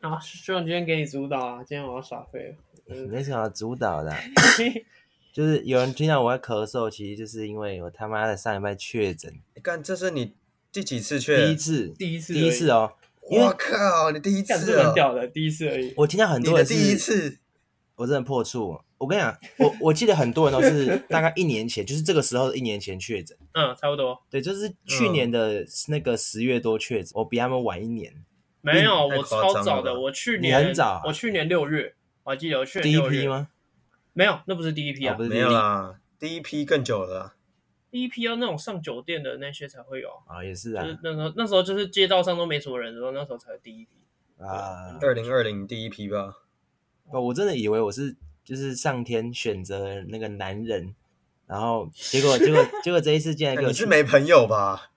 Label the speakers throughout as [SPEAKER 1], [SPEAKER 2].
[SPEAKER 1] 啊，希望今天给你主导啊！今天我要耍 废了。嗯
[SPEAKER 2] 没什么主导的啊、就是有人听到我在咳嗽，其实就是因为我他妈的上礼拜确诊，
[SPEAKER 3] 你看这是你第几次
[SPEAKER 2] 第一
[SPEAKER 3] 去？
[SPEAKER 2] 次，
[SPEAKER 1] 第一次而已，
[SPEAKER 2] 第一次哦，因为
[SPEAKER 3] 我靠，你第一
[SPEAKER 1] 干
[SPEAKER 3] 次
[SPEAKER 1] 是
[SPEAKER 3] 哦
[SPEAKER 1] 很，屌的，第一次而已。
[SPEAKER 2] 我听到很
[SPEAKER 3] 你
[SPEAKER 2] 多
[SPEAKER 3] 的
[SPEAKER 2] 人是
[SPEAKER 3] 第一，次，
[SPEAKER 2] 我真的破处。我跟你讲，我我记得很多人都是大概一年前，就是这个时候一年前确诊，
[SPEAKER 1] 嗯，差不多。
[SPEAKER 2] 对，就是去
[SPEAKER 3] 嗯
[SPEAKER 2] 年的那个十月多确诊，我比他们晚一年。
[SPEAKER 1] 没有，
[SPEAKER 2] 嗯
[SPEAKER 3] 太
[SPEAKER 1] 我
[SPEAKER 3] 夸
[SPEAKER 1] 超
[SPEAKER 3] 张
[SPEAKER 1] 早
[SPEAKER 3] 了
[SPEAKER 1] 的。
[SPEAKER 3] 吧
[SPEAKER 1] 我去
[SPEAKER 2] 你
[SPEAKER 1] 年
[SPEAKER 2] 很早啊
[SPEAKER 1] 我去年六月，我还记得我去年
[SPEAKER 2] 第一
[SPEAKER 1] 六
[SPEAKER 2] 批
[SPEAKER 1] 月？
[SPEAKER 2] 吗？
[SPEAKER 1] 没有，那不是第一批
[SPEAKER 2] 哦
[SPEAKER 1] 啊
[SPEAKER 2] 不，是
[SPEAKER 3] 没有啦，第一批更久了啊。
[SPEAKER 1] 第一批要那种上酒店的那些才会有啊。
[SPEAKER 2] 啊，也是
[SPEAKER 1] 就
[SPEAKER 2] 啊
[SPEAKER 1] 是那时候，那时候就是街道上都没什么人的时候，那时候才是第一批。
[SPEAKER 2] 啊！
[SPEAKER 3] 二零二零第一批吧，
[SPEAKER 2] 不，我真的以为我是就是上天选择那个男人，然后结果结果结果这一次竟然给
[SPEAKER 3] 你
[SPEAKER 2] 我
[SPEAKER 3] 是
[SPEAKER 2] 去
[SPEAKER 3] 没朋友吧？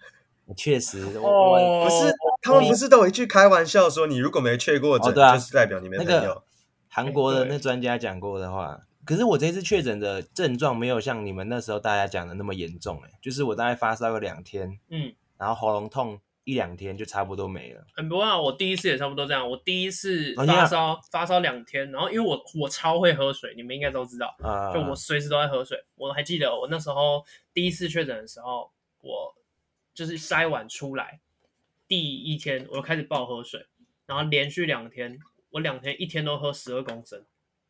[SPEAKER 2] 确实，我
[SPEAKER 1] 哦
[SPEAKER 2] 我
[SPEAKER 3] 不是，他们不是都有一句开玩笑说，你如果没确过诊，
[SPEAKER 2] 哦对啊
[SPEAKER 3] 就是代表你没
[SPEAKER 2] 那
[SPEAKER 3] 朋
[SPEAKER 2] 个
[SPEAKER 3] 友。
[SPEAKER 2] 韩国
[SPEAKER 1] 哎
[SPEAKER 2] 的
[SPEAKER 1] 对
[SPEAKER 2] 那专家讲过的话。可是我这次确诊的症状没有像你们那时候大家讲的那么严重、欸，就是我大概发烧个两天，
[SPEAKER 1] 嗯，
[SPEAKER 2] 然后喉咙痛一两天就差不多没了。
[SPEAKER 1] 很不过啊，我第一次也差不多这样。我第一次
[SPEAKER 2] 哦你俩
[SPEAKER 1] 发烧、发烧两天，然后因为我我超会喝水，你们应该都知道，
[SPEAKER 2] 啊、
[SPEAKER 1] 就我随时都在喝水。我还记得我那时候第一次确诊的时候，我就是筛完出来第一天我就开始暴喝水，然后连续两天，我两天一天都喝十二公升，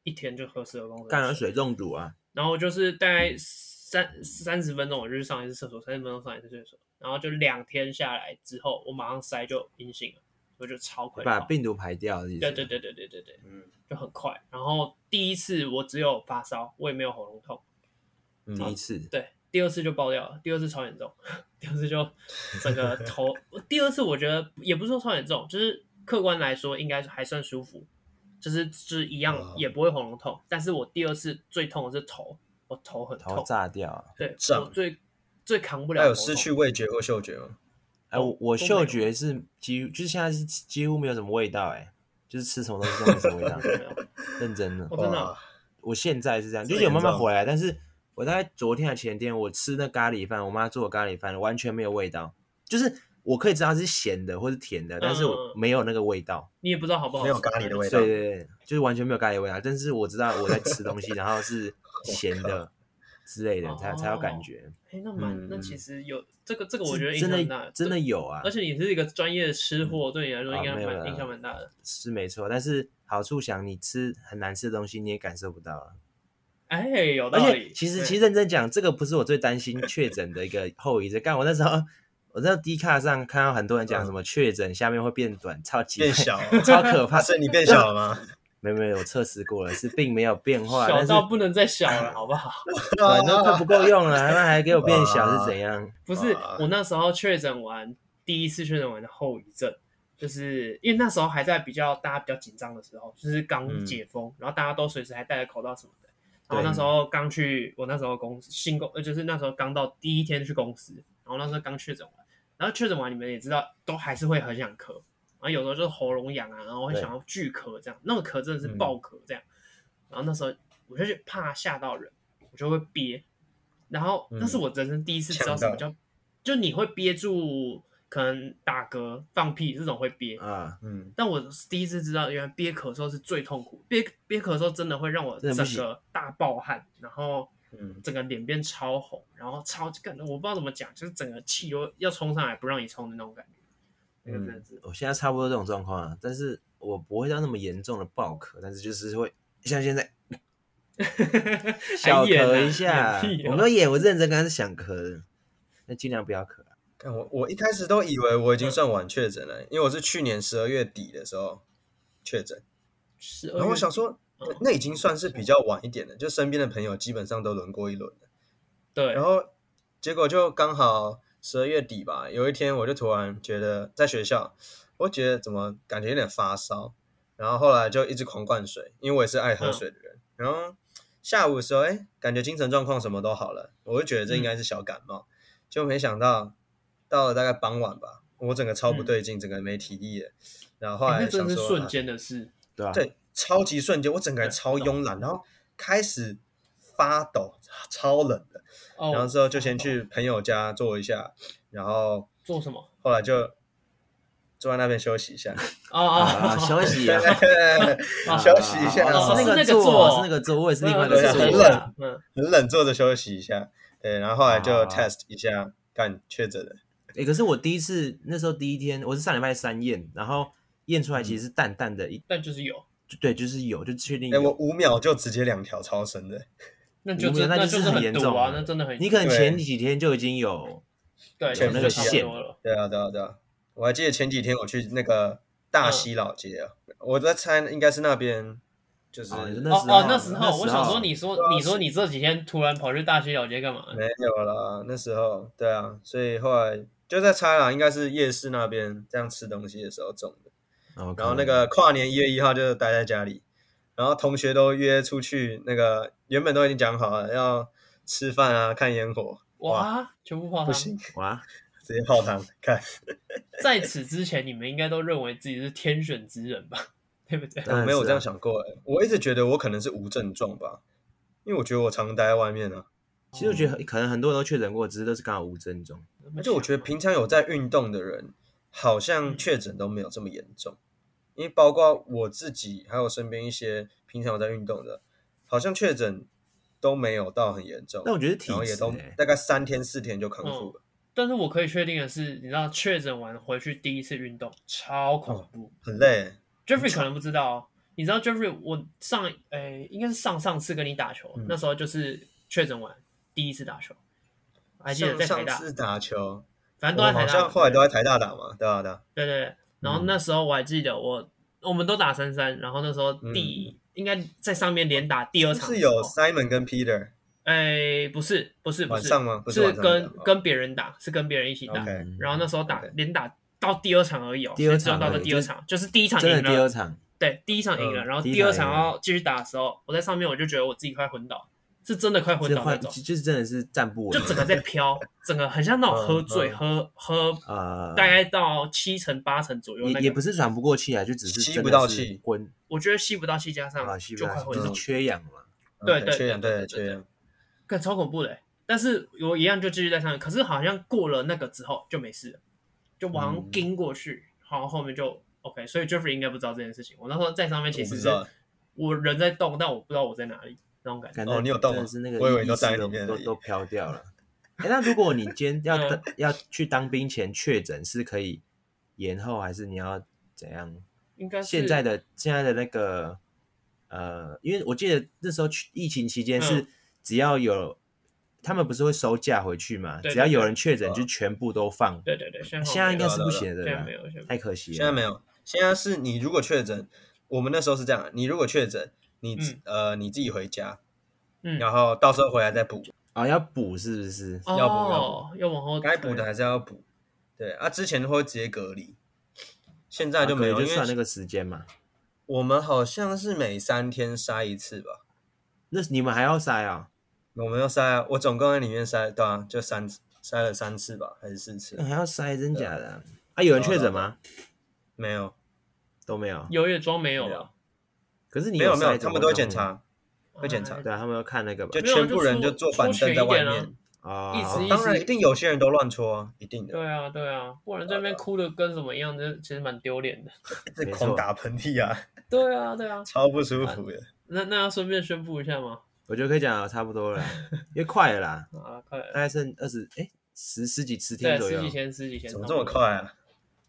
[SPEAKER 1] 一天就喝十二公升的
[SPEAKER 2] 干了水嗯中毒啊！
[SPEAKER 1] 然后就是大概三三十分钟，我就去上一次厕所，三十分钟上一次厕所，然后就两天下来之后，我马上筛就阴性了，我就超快
[SPEAKER 2] 把
[SPEAKER 1] 好
[SPEAKER 2] 病毒排掉的意思。
[SPEAKER 1] 对对对对对对对，
[SPEAKER 3] 嗯
[SPEAKER 1] 就很快。然后第一次我只有发烧，我也没有喉咙痛，
[SPEAKER 2] 第一
[SPEAKER 3] 嗯，
[SPEAKER 2] 次
[SPEAKER 1] 对，第二次就爆掉了，第二次超严重，第二次 就整个头，第二次我觉得也不是说超严重，就是客观来说应该还算舒服，就是就是一样
[SPEAKER 2] 啊
[SPEAKER 3] 哦
[SPEAKER 1] 也不会喉咙痛，但是我第二次最痛的是头，我头很
[SPEAKER 2] 头
[SPEAKER 1] 痛，
[SPEAKER 2] 炸掉啊！
[SPEAKER 1] 对，我
[SPEAKER 3] 胀
[SPEAKER 1] 最最扛不了
[SPEAKER 3] 还有
[SPEAKER 1] 头
[SPEAKER 3] 失
[SPEAKER 1] 痛
[SPEAKER 3] 去味觉或嗅觉吗？
[SPEAKER 2] 哎、我我
[SPEAKER 1] 都没有，
[SPEAKER 2] 嗅觉是几乎，就是现在是几乎没有什么味道、哎，就是吃什么东西都没什么味道
[SPEAKER 1] 没有
[SPEAKER 2] 认真的哦
[SPEAKER 1] 我。真的啊
[SPEAKER 3] 哇
[SPEAKER 2] 我现在是这样，
[SPEAKER 3] 这
[SPEAKER 2] 就
[SPEAKER 3] 么
[SPEAKER 2] 是有慢慢
[SPEAKER 3] 严重
[SPEAKER 2] 回来，但是我大概昨天还前天，我吃那咖喱饭，我妈做的咖喱饭完全没有味道，就是我可以知道是咸的或是甜的，但是我
[SPEAKER 1] 嗯
[SPEAKER 2] 没有那个味道。
[SPEAKER 1] 你也不知道好不好吃，哎
[SPEAKER 3] 没有咖喱的味道
[SPEAKER 2] 对对对，就是完全没有咖喱味道，但是我知道我在吃 东西，然后是咸的之类的，才才有感觉。
[SPEAKER 1] 哎，那蛮、那
[SPEAKER 3] 嗯
[SPEAKER 1] 其实有这个这哦个，我觉得
[SPEAKER 2] 是
[SPEAKER 1] 影响
[SPEAKER 2] 真
[SPEAKER 1] 很大
[SPEAKER 2] 的，真的
[SPEAKER 1] 这
[SPEAKER 2] 有啊，
[SPEAKER 1] 而且你是一个专业的吃货，对你来说
[SPEAKER 2] 啊
[SPEAKER 1] 应该
[SPEAKER 2] 没有
[SPEAKER 1] 蛮、
[SPEAKER 2] 啦
[SPEAKER 1] 影响蛮大的。
[SPEAKER 2] 是没错，但是好处想你吃很难吃的东西你也感受不到啊了。
[SPEAKER 1] 哎，有
[SPEAKER 2] 而
[SPEAKER 1] 道
[SPEAKER 2] 且
[SPEAKER 1] 理。
[SPEAKER 2] 其实
[SPEAKER 1] 对
[SPEAKER 2] 其实认真讲，这个不是我最担心确诊的一个后遗症。干我那时候。我在 D 卡上看到很多人讲
[SPEAKER 3] 嗯
[SPEAKER 2] 什么确诊下面会变短，超级
[SPEAKER 3] 变小哦啊
[SPEAKER 2] 超 可怕。
[SPEAKER 3] 所以你变小了吗？
[SPEAKER 2] 没有没有，我测试过了，是并没有变化，但
[SPEAKER 1] 小
[SPEAKER 2] 是
[SPEAKER 1] 到啊不能再小了，好不好？
[SPEAKER 2] 短都快不够用了，还还给我变小是
[SPEAKER 3] 哇
[SPEAKER 2] 怎样？
[SPEAKER 1] 不是
[SPEAKER 3] 哇，
[SPEAKER 1] 我那时候确诊完第一次确诊完的后遗症，就是因为那时候还在比较大家比较紧张的时候，就是刚
[SPEAKER 3] 嗯
[SPEAKER 1] 解封，然后大家都随时还戴着口罩什么的。然后
[SPEAKER 2] 对
[SPEAKER 1] 那时候刚去，我那时候公司新公，呃，就是那时候刚到第一天去公司，然后那时候刚确诊完，然后确诊完你们也知道，都还是会很想咳，然后有时候就是喉咙痒啊，然后会
[SPEAKER 2] 对
[SPEAKER 1] 想要巨咳这样，那个咳真的是
[SPEAKER 3] 嗯
[SPEAKER 1] 爆咳这样。然后那时候我就是怕吓到人，我就会憋。然后
[SPEAKER 3] 嗯
[SPEAKER 1] 那是我人生第一次知道什么
[SPEAKER 3] 呛
[SPEAKER 1] 叫，就你会憋住，可能打嗝、放屁这种会憋。
[SPEAKER 2] 啊，
[SPEAKER 3] 嗯，
[SPEAKER 1] 但我第一次知道，原来憋咳嗽是最痛苦，憋憋咳嗽真的会让我
[SPEAKER 2] 真
[SPEAKER 1] 整
[SPEAKER 2] 的不行
[SPEAKER 1] 个大爆汗，然后
[SPEAKER 3] 嗯
[SPEAKER 1] 整个脸变超红，然后超感，我不知道怎么讲，就是整个气又要冲上来，不让你冲的那种感觉。那个真的是，
[SPEAKER 2] 我现在差不多这种状况啊，但是我不会到那么严重的爆咳，但是就是会像现在小
[SPEAKER 3] 嗯
[SPEAKER 1] 还演啊
[SPEAKER 2] 咳一下
[SPEAKER 1] 演屁，哦
[SPEAKER 2] 我没有演，我认真刚才是想咳的，那尽量不要咳啊。
[SPEAKER 3] 看我，我一开始都以为我已经算晚确诊了，因为我是去年十二月底的时候确诊，
[SPEAKER 1] 十二
[SPEAKER 3] 然后我
[SPEAKER 1] 月嗯
[SPEAKER 3] 想说，那那已经算是比较晚一点了，就身边的朋友基本上都轮过一轮了，
[SPEAKER 1] 对，
[SPEAKER 3] 然后结果就刚好十二月底吧，有一天我就突然觉得在学校，我觉得怎么感觉有点发烧，然后后来就一直狂灌水，因为我也是爱
[SPEAKER 1] 嗯
[SPEAKER 3] 喝水的人，然后下午的时候，哎，感觉精神状况什么都好了，我就觉得这
[SPEAKER 1] 嗯
[SPEAKER 3] 应该是小感冒，就没想到到了大概傍晚吧，我整个超不对劲，整个没体力了，然后后
[SPEAKER 1] 哎嗯
[SPEAKER 3] 来
[SPEAKER 1] 那真
[SPEAKER 3] 想
[SPEAKER 1] 的
[SPEAKER 3] 说啊
[SPEAKER 1] 是，瞬间的事。
[SPEAKER 2] 对吧、
[SPEAKER 3] 对，超级瞬间，我整个人超慵懒，然后开始发抖， 超冷的。
[SPEAKER 1] 哦，
[SPEAKER 3] 然后之后就先去朋友家坐一下，然后
[SPEAKER 1] 做什么？
[SPEAKER 3] 后来就坐在那边休息 一下，
[SPEAKER 1] 哦哦
[SPEAKER 2] 啊，，休 息啊，啊
[SPEAKER 3] 休息一下
[SPEAKER 2] 啊
[SPEAKER 1] 哦
[SPEAKER 2] 是那
[SPEAKER 1] 是那个
[SPEAKER 2] 座，
[SPEAKER 1] 座
[SPEAKER 2] 是那个座，我也是另外一
[SPEAKER 3] 对
[SPEAKER 2] 个
[SPEAKER 3] 啊
[SPEAKER 2] 座，
[SPEAKER 3] 很
[SPEAKER 1] 很
[SPEAKER 3] 冷
[SPEAKER 1] 冷，嗯，
[SPEAKER 3] 很冷坐着休息一下。对，然后后来就
[SPEAKER 2] 啊
[SPEAKER 3] test 一下，干确诊了。
[SPEAKER 2] 哎、可是我第一次那时候第一天，我是上礼拜三验，然后验出来其实是淡淡的一，
[SPEAKER 1] 但就是有，
[SPEAKER 2] 就对，就是有，就确定
[SPEAKER 3] 哎，
[SPEAKER 2] 有。
[SPEAKER 3] 我五秒就直接两条超深的，
[SPEAKER 1] 那就
[SPEAKER 2] 无聊
[SPEAKER 1] 真
[SPEAKER 2] 那就
[SPEAKER 1] 就是是
[SPEAKER 2] 很严
[SPEAKER 1] 毒
[SPEAKER 2] 重
[SPEAKER 1] 啊
[SPEAKER 2] 啊，
[SPEAKER 1] 那真的很，
[SPEAKER 2] 你可能
[SPEAKER 3] 对
[SPEAKER 2] 前几天就已经有，
[SPEAKER 1] 对
[SPEAKER 3] 前
[SPEAKER 1] 就
[SPEAKER 3] 那
[SPEAKER 1] 是
[SPEAKER 3] 个
[SPEAKER 1] 差不
[SPEAKER 2] 线
[SPEAKER 1] 多了，
[SPEAKER 3] 对啊，对啊，对啊。我还记得前几天我去那个大
[SPEAKER 2] 嗯
[SPEAKER 3] 溪老街啊，我在猜应该是那边，就是
[SPEAKER 2] 哦你
[SPEAKER 1] 哦
[SPEAKER 2] 说那时候
[SPEAKER 1] 哦，那时
[SPEAKER 2] 那
[SPEAKER 1] 候我
[SPEAKER 2] 时
[SPEAKER 1] 想
[SPEAKER 2] 候
[SPEAKER 1] 说，你说
[SPEAKER 3] 对啊
[SPEAKER 1] 你说你这几天突然跑去大溪老街干嘛？
[SPEAKER 3] 没有啦，那时候对啊，所以后来就在猜啦，应该是夜市那边这样吃东西的时候中的。
[SPEAKER 2] 哦
[SPEAKER 3] 然后那个跨年一月一号就待在家里，然后同学都约出去，那个原本都已经讲好了要吃饭啊、看烟火，
[SPEAKER 1] 哇，全部泡
[SPEAKER 3] 不
[SPEAKER 1] 汤！
[SPEAKER 3] 行，
[SPEAKER 2] 哇，
[SPEAKER 3] 直接泡汤。看，
[SPEAKER 1] 在此之前，你们应该都认为自己是天选之人吧？ 对不对？
[SPEAKER 2] 当然
[SPEAKER 3] 我没有
[SPEAKER 2] 是
[SPEAKER 3] 这样
[SPEAKER 2] 啊
[SPEAKER 3] 想过、欸，我一直觉得我可能是无症状吧，因为我觉得我常待在外面啊，
[SPEAKER 2] 其实我觉
[SPEAKER 1] 哦
[SPEAKER 2] 得可能很多人都确诊过，只是都是刚好无症状。
[SPEAKER 3] 而且我觉得平常有在运动的人，好像确
[SPEAKER 1] 嗯
[SPEAKER 3] 诊都没有这么严重，因为包括我自己，还有身边一些平常有在运动的，好像确诊都没有到很严重。
[SPEAKER 2] 但我觉得体
[SPEAKER 3] 然后也
[SPEAKER 2] 质、
[SPEAKER 3] 都
[SPEAKER 2] 欸，
[SPEAKER 3] 大概三天四天就康复了，
[SPEAKER 1] 但是我可以确定的是，你知道确诊完回去第一次运动超
[SPEAKER 2] 哦
[SPEAKER 1] 恐怖。
[SPEAKER 3] 很累。
[SPEAKER 1] Jeffrey 可能不知道哦，你知道 Jeffrey 我上诶、应该是上上次跟你打球，
[SPEAKER 3] 嗯
[SPEAKER 1] 那时候就是确诊完第一次打球，还记得
[SPEAKER 3] 像
[SPEAKER 1] 在台
[SPEAKER 3] 上
[SPEAKER 1] 大，
[SPEAKER 3] 次打球，
[SPEAKER 1] 反正
[SPEAKER 3] 我
[SPEAKER 1] 都在
[SPEAKER 3] 好
[SPEAKER 1] 台
[SPEAKER 3] 像
[SPEAKER 1] 大。
[SPEAKER 3] 后来都在台大打嘛，对啊，对啊，
[SPEAKER 1] 对对对，然后那时候我还记得我我们都打三三，然后那时候第、应该在上面连打第二
[SPEAKER 3] 就
[SPEAKER 1] 场
[SPEAKER 3] 嗯是
[SPEAKER 1] 的时
[SPEAKER 3] 有
[SPEAKER 1] 候，
[SPEAKER 3] Simon 跟 Peter
[SPEAKER 1] 哎，不是哦不是不
[SPEAKER 3] 晚
[SPEAKER 1] 是，
[SPEAKER 3] 上吗？不
[SPEAKER 1] 是
[SPEAKER 3] 晚上
[SPEAKER 1] 跟
[SPEAKER 3] 打哦
[SPEAKER 1] 跟别人打，是跟别人一起打。
[SPEAKER 3] OK，
[SPEAKER 2] 嗯
[SPEAKER 1] 然后那时候打
[SPEAKER 3] OK
[SPEAKER 1] 连打到第二场而已哦，
[SPEAKER 2] 第二
[SPEAKER 1] 所以只有
[SPEAKER 2] 场
[SPEAKER 1] 到
[SPEAKER 2] 而
[SPEAKER 1] 了
[SPEAKER 2] 已
[SPEAKER 1] 第二
[SPEAKER 2] 就是
[SPEAKER 1] 场，就是第一场
[SPEAKER 2] 真的
[SPEAKER 1] 赢
[SPEAKER 2] 第二
[SPEAKER 1] 了，
[SPEAKER 2] 场，
[SPEAKER 1] 对，第一场赢了，
[SPEAKER 3] 嗯
[SPEAKER 1] 然后
[SPEAKER 2] 第一
[SPEAKER 1] 第二
[SPEAKER 2] 场
[SPEAKER 1] 场
[SPEAKER 2] 赢了
[SPEAKER 1] 要继续打的时候，我在上面我就觉得我自己快昏倒，是真的快昏
[SPEAKER 2] 这
[SPEAKER 1] 倒那
[SPEAKER 2] 换
[SPEAKER 1] 种，
[SPEAKER 2] 就是真的是站不
[SPEAKER 1] 就
[SPEAKER 2] 稳，
[SPEAKER 1] 整个在飘，整个很像那种喝
[SPEAKER 3] 嗯
[SPEAKER 1] 醉，
[SPEAKER 3] 嗯
[SPEAKER 1] 喝喝
[SPEAKER 2] 呃，
[SPEAKER 1] 大概到七成八成左右那
[SPEAKER 2] 也也
[SPEAKER 1] 个
[SPEAKER 2] 不，是喘不过气啊，就只是
[SPEAKER 3] 吸
[SPEAKER 2] 真
[SPEAKER 3] 不
[SPEAKER 2] 的
[SPEAKER 3] 到
[SPEAKER 2] 是
[SPEAKER 3] 气
[SPEAKER 2] 昏
[SPEAKER 1] 我觉得吸不到气，加上
[SPEAKER 2] 啊，吸不
[SPEAKER 1] 就
[SPEAKER 2] 到
[SPEAKER 1] 快
[SPEAKER 2] 气，
[SPEAKER 1] 昏
[SPEAKER 2] 就
[SPEAKER 1] 倒
[SPEAKER 2] 是，缺氧嘛。
[SPEAKER 1] 对
[SPEAKER 3] OK，
[SPEAKER 1] 对
[SPEAKER 3] 缺氧，
[SPEAKER 1] 对
[SPEAKER 3] 对
[SPEAKER 1] 对
[SPEAKER 3] 缺
[SPEAKER 1] 对
[SPEAKER 3] 氧，
[SPEAKER 1] 干超恐怖的欸。但是我一样就继续在上面，可是好像过了那个之后就没事了，就往上
[SPEAKER 2] 嗯
[SPEAKER 1] 盯过去，好像后面就 OK。所以 Jeffrey 应该不知道这件事情。我那时候在上面其
[SPEAKER 3] 我不
[SPEAKER 1] 实
[SPEAKER 3] 知
[SPEAKER 1] 是
[SPEAKER 3] 道，
[SPEAKER 1] 我人在动，但我不知道我在哪里那种感觉。
[SPEAKER 2] 感
[SPEAKER 3] 哦
[SPEAKER 2] 觉
[SPEAKER 3] 你有动
[SPEAKER 2] 真的
[SPEAKER 3] 啊
[SPEAKER 2] 是那个
[SPEAKER 3] 我以为
[SPEAKER 2] 意
[SPEAKER 3] 你都
[SPEAKER 2] 识
[SPEAKER 3] 待在
[SPEAKER 2] 都
[SPEAKER 3] 里面
[SPEAKER 2] 都
[SPEAKER 3] 而已
[SPEAKER 2] 都飘掉了。哎，那如果你今天要
[SPEAKER 1] 嗯
[SPEAKER 2] 要去当兵前确诊，是可以延后，还是你要怎样？
[SPEAKER 1] 应该是
[SPEAKER 2] 现在的现在的那个呃，因为我记得那时候去疫情期间是
[SPEAKER 1] 嗯
[SPEAKER 2] 只要有他们不是会收假回去嘛，
[SPEAKER 1] 对
[SPEAKER 2] 只要
[SPEAKER 1] 对
[SPEAKER 2] 有
[SPEAKER 1] 对
[SPEAKER 2] 人确诊
[SPEAKER 3] 啊
[SPEAKER 2] 就全部都放。
[SPEAKER 1] 对对对，现在好
[SPEAKER 2] 呃现
[SPEAKER 1] 像
[SPEAKER 2] 在
[SPEAKER 1] 没
[SPEAKER 2] 应
[SPEAKER 1] 有
[SPEAKER 2] 该
[SPEAKER 3] 了
[SPEAKER 2] 是
[SPEAKER 3] 对
[SPEAKER 2] 不行
[SPEAKER 3] 对
[SPEAKER 2] 的
[SPEAKER 1] 现在
[SPEAKER 2] 啦
[SPEAKER 1] 没，有，现在没
[SPEAKER 2] 太可惜了。
[SPEAKER 3] 现在没有，现在是你如果确诊，我们那时候是这样，你如果确诊，你自
[SPEAKER 1] 嗯
[SPEAKER 3] 呃你自己回家，
[SPEAKER 1] 有嗯，
[SPEAKER 3] 然后到时候回来再补，
[SPEAKER 2] 啊、要补是不是？
[SPEAKER 1] 哦
[SPEAKER 3] 要补要
[SPEAKER 1] 要往后
[SPEAKER 3] 该补的
[SPEAKER 1] 推
[SPEAKER 3] 还是要补。对啊，之前会直接隔离，现在就
[SPEAKER 2] 啊可
[SPEAKER 3] 没
[SPEAKER 2] 以
[SPEAKER 3] 有，
[SPEAKER 2] 就
[SPEAKER 3] 因为
[SPEAKER 2] 算那个时间嘛。
[SPEAKER 3] 我们好像是每三天筛一次吧。
[SPEAKER 2] 那你们还要塞啊、
[SPEAKER 3] 我们要筛啊，我总共在里面筛，对啊，就三次，筛了三次吧，还是四次
[SPEAKER 2] 嗯？还要塞，真假的啊？啊有人确诊吗？
[SPEAKER 3] 没有，
[SPEAKER 2] 都没有。
[SPEAKER 1] 有也装没有
[SPEAKER 3] 没有
[SPEAKER 1] 了，
[SPEAKER 2] 可是你
[SPEAKER 3] 没有，没
[SPEAKER 2] 塞
[SPEAKER 3] 有，
[SPEAKER 2] 怎
[SPEAKER 3] 他
[SPEAKER 2] 么
[SPEAKER 3] 们都会
[SPEAKER 2] 样
[SPEAKER 3] 检
[SPEAKER 2] 呢，
[SPEAKER 3] 查，会检查
[SPEAKER 1] 哎
[SPEAKER 2] 对啊，他们要看那个吧
[SPEAKER 3] 就。
[SPEAKER 1] 没有
[SPEAKER 3] 全部人
[SPEAKER 1] 就
[SPEAKER 3] 就
[SPEAKER 1] 出
[SPEAKER 3] 坐板
[SPEAKER 1] 出前一
[SPEAKER 3] 凳在外
[SPEAKER 1] 点啊
[SPEAKER 3] 面。
[SPEAKER 2] 啊，
[SPEAKER 1] 意思意
[SPEAKER 3] 当然，一定有些人都乱戳啊，一定的，
[SPEAKER 1] 对啊对啊，不然在那边哭的跟什么一样，这其实蛮丢脸的。
[SPEAKER 3] 一直
[SPEAKER 2] 没
[SPEAKER 3] 狂
[SPEAKER 2] 错
[SPEAKER 3] 打喷嚏啊，
[SPEAKER 1] 对啊对啊，
[SPEAKER 3] 超不舒服的。
[SPEAKER 1] 那那要顺便宣布一下吗？
[SPEAKER 2] 我觉得可以讲得差不多了啦，因为快了啦，
[SPEAKER 1] 啊，快
[SPEAKER 2] 大概剩二十哎十十几十
[SPEAKER 1] 对
[SPEAKER 2] 天，左
[SPEAKER 1] 十
[SPEAKER 2] 右
[SPEAKER 1] 几，天，十几天，
[SPEAKER 3] 怎么
[SPEAKER 1] 差
[SPEAKER 3] 这
[SPEAKER 1] 不
[SPEAKER 3] 么
[SPEAKER 1] 多？
[SPEAKER 3] 快啊？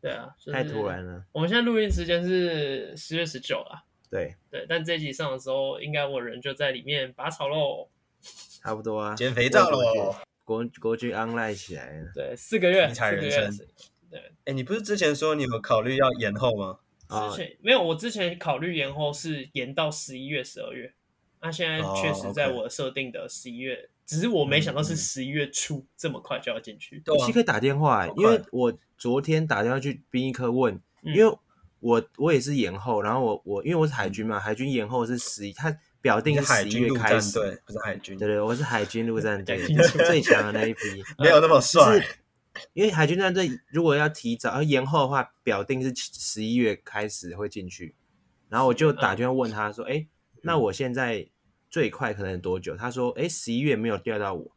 [SPEAKER 1] 对啊，就是
[SPEAKER 2] 太突。然了。
[SPEAKER 1] 我们现在录音时间是十月十九啦，
[SPEAKER 2] 对，
[SPEAKER 1] 对，但这一集上的时候，应该我人就在里面拔草喽。
[SPEAKER 2] 差不多啊。
[SPEAKER 3] 减肥皂喽！
[SPEAKER 2] 国国军 online 起来了
[SPEAKER 1] 对，四个月，四
[SPEAKER 3] 尼采
[SPEAKER 1] 个
[SPEAKER 3] 人
[SPEAKER 1] 月
[SPEAKER 3] 生。哎，你不是之前说你有考虑要延后吗？
[SPEAKER 2] 啊
[SPEAKER 1] 之，前没有，我之前考虑延后是延到十一月、十二月，那、现在
[SPEAKER 3] 哦
[SPEAKER 1] 确实在
[SPEAKER 3] OK
[SPEAKER 1] 我设定的十一月，只是我没想到
[SPEAKER 3] 嗯
[SPEAKER 1] 是
[SPEAKER 3] 嗯
[SPEAKER 1] 十一月初这么快就要进去。
[SPEAKER 3] 对
[SPEAKER 2] 其
[SPEAKER 3] 啊
[SPEAKER 2] 实可以打电话欸、
[SPEAKER 3] 好快
[SPEAKER 2] 因为我昨天打电话去殡仪科问，
[SPEAKER 1] 嗯
[SPEAKER 2] 因为我我也是延后，然后我我因为我是海军嘛，海军延后是十一，他表定
[SPEAKER 3] 嗯你
[SPEAKER 2] 是
[SPEAKER 3] 是海
[SPEAKER 2] 十一
[SPEAKER 3] 军
[SPEAKER 2] 月
[SPEAKER 3] 陆
[SPEAKER 2] 开
[SPEAKER 3] 战
[SPEAKER 2] 始，
[SPEAKER 3] 队，不是海军，
[SPEAKER 2] 对对，我是海军陆战 队
[SPEAKER 1] 讲清楚
[SPEAKER 2] 最强的那一批，
[SPEAKER 3] 没有那么
[SPEAKER 2] 就
[SPEAKER 3] 帅
[SPEAKER 2] 呃是。因为海军陆战队如果要提早要延后的话，表定是十一月开始会进去，然后我
[SPEAKER 1] 嗯
[SPEAKER 2] 就打电话问他说，哎、那我现在最快可能多久？他说，哎，十一月没有调到我，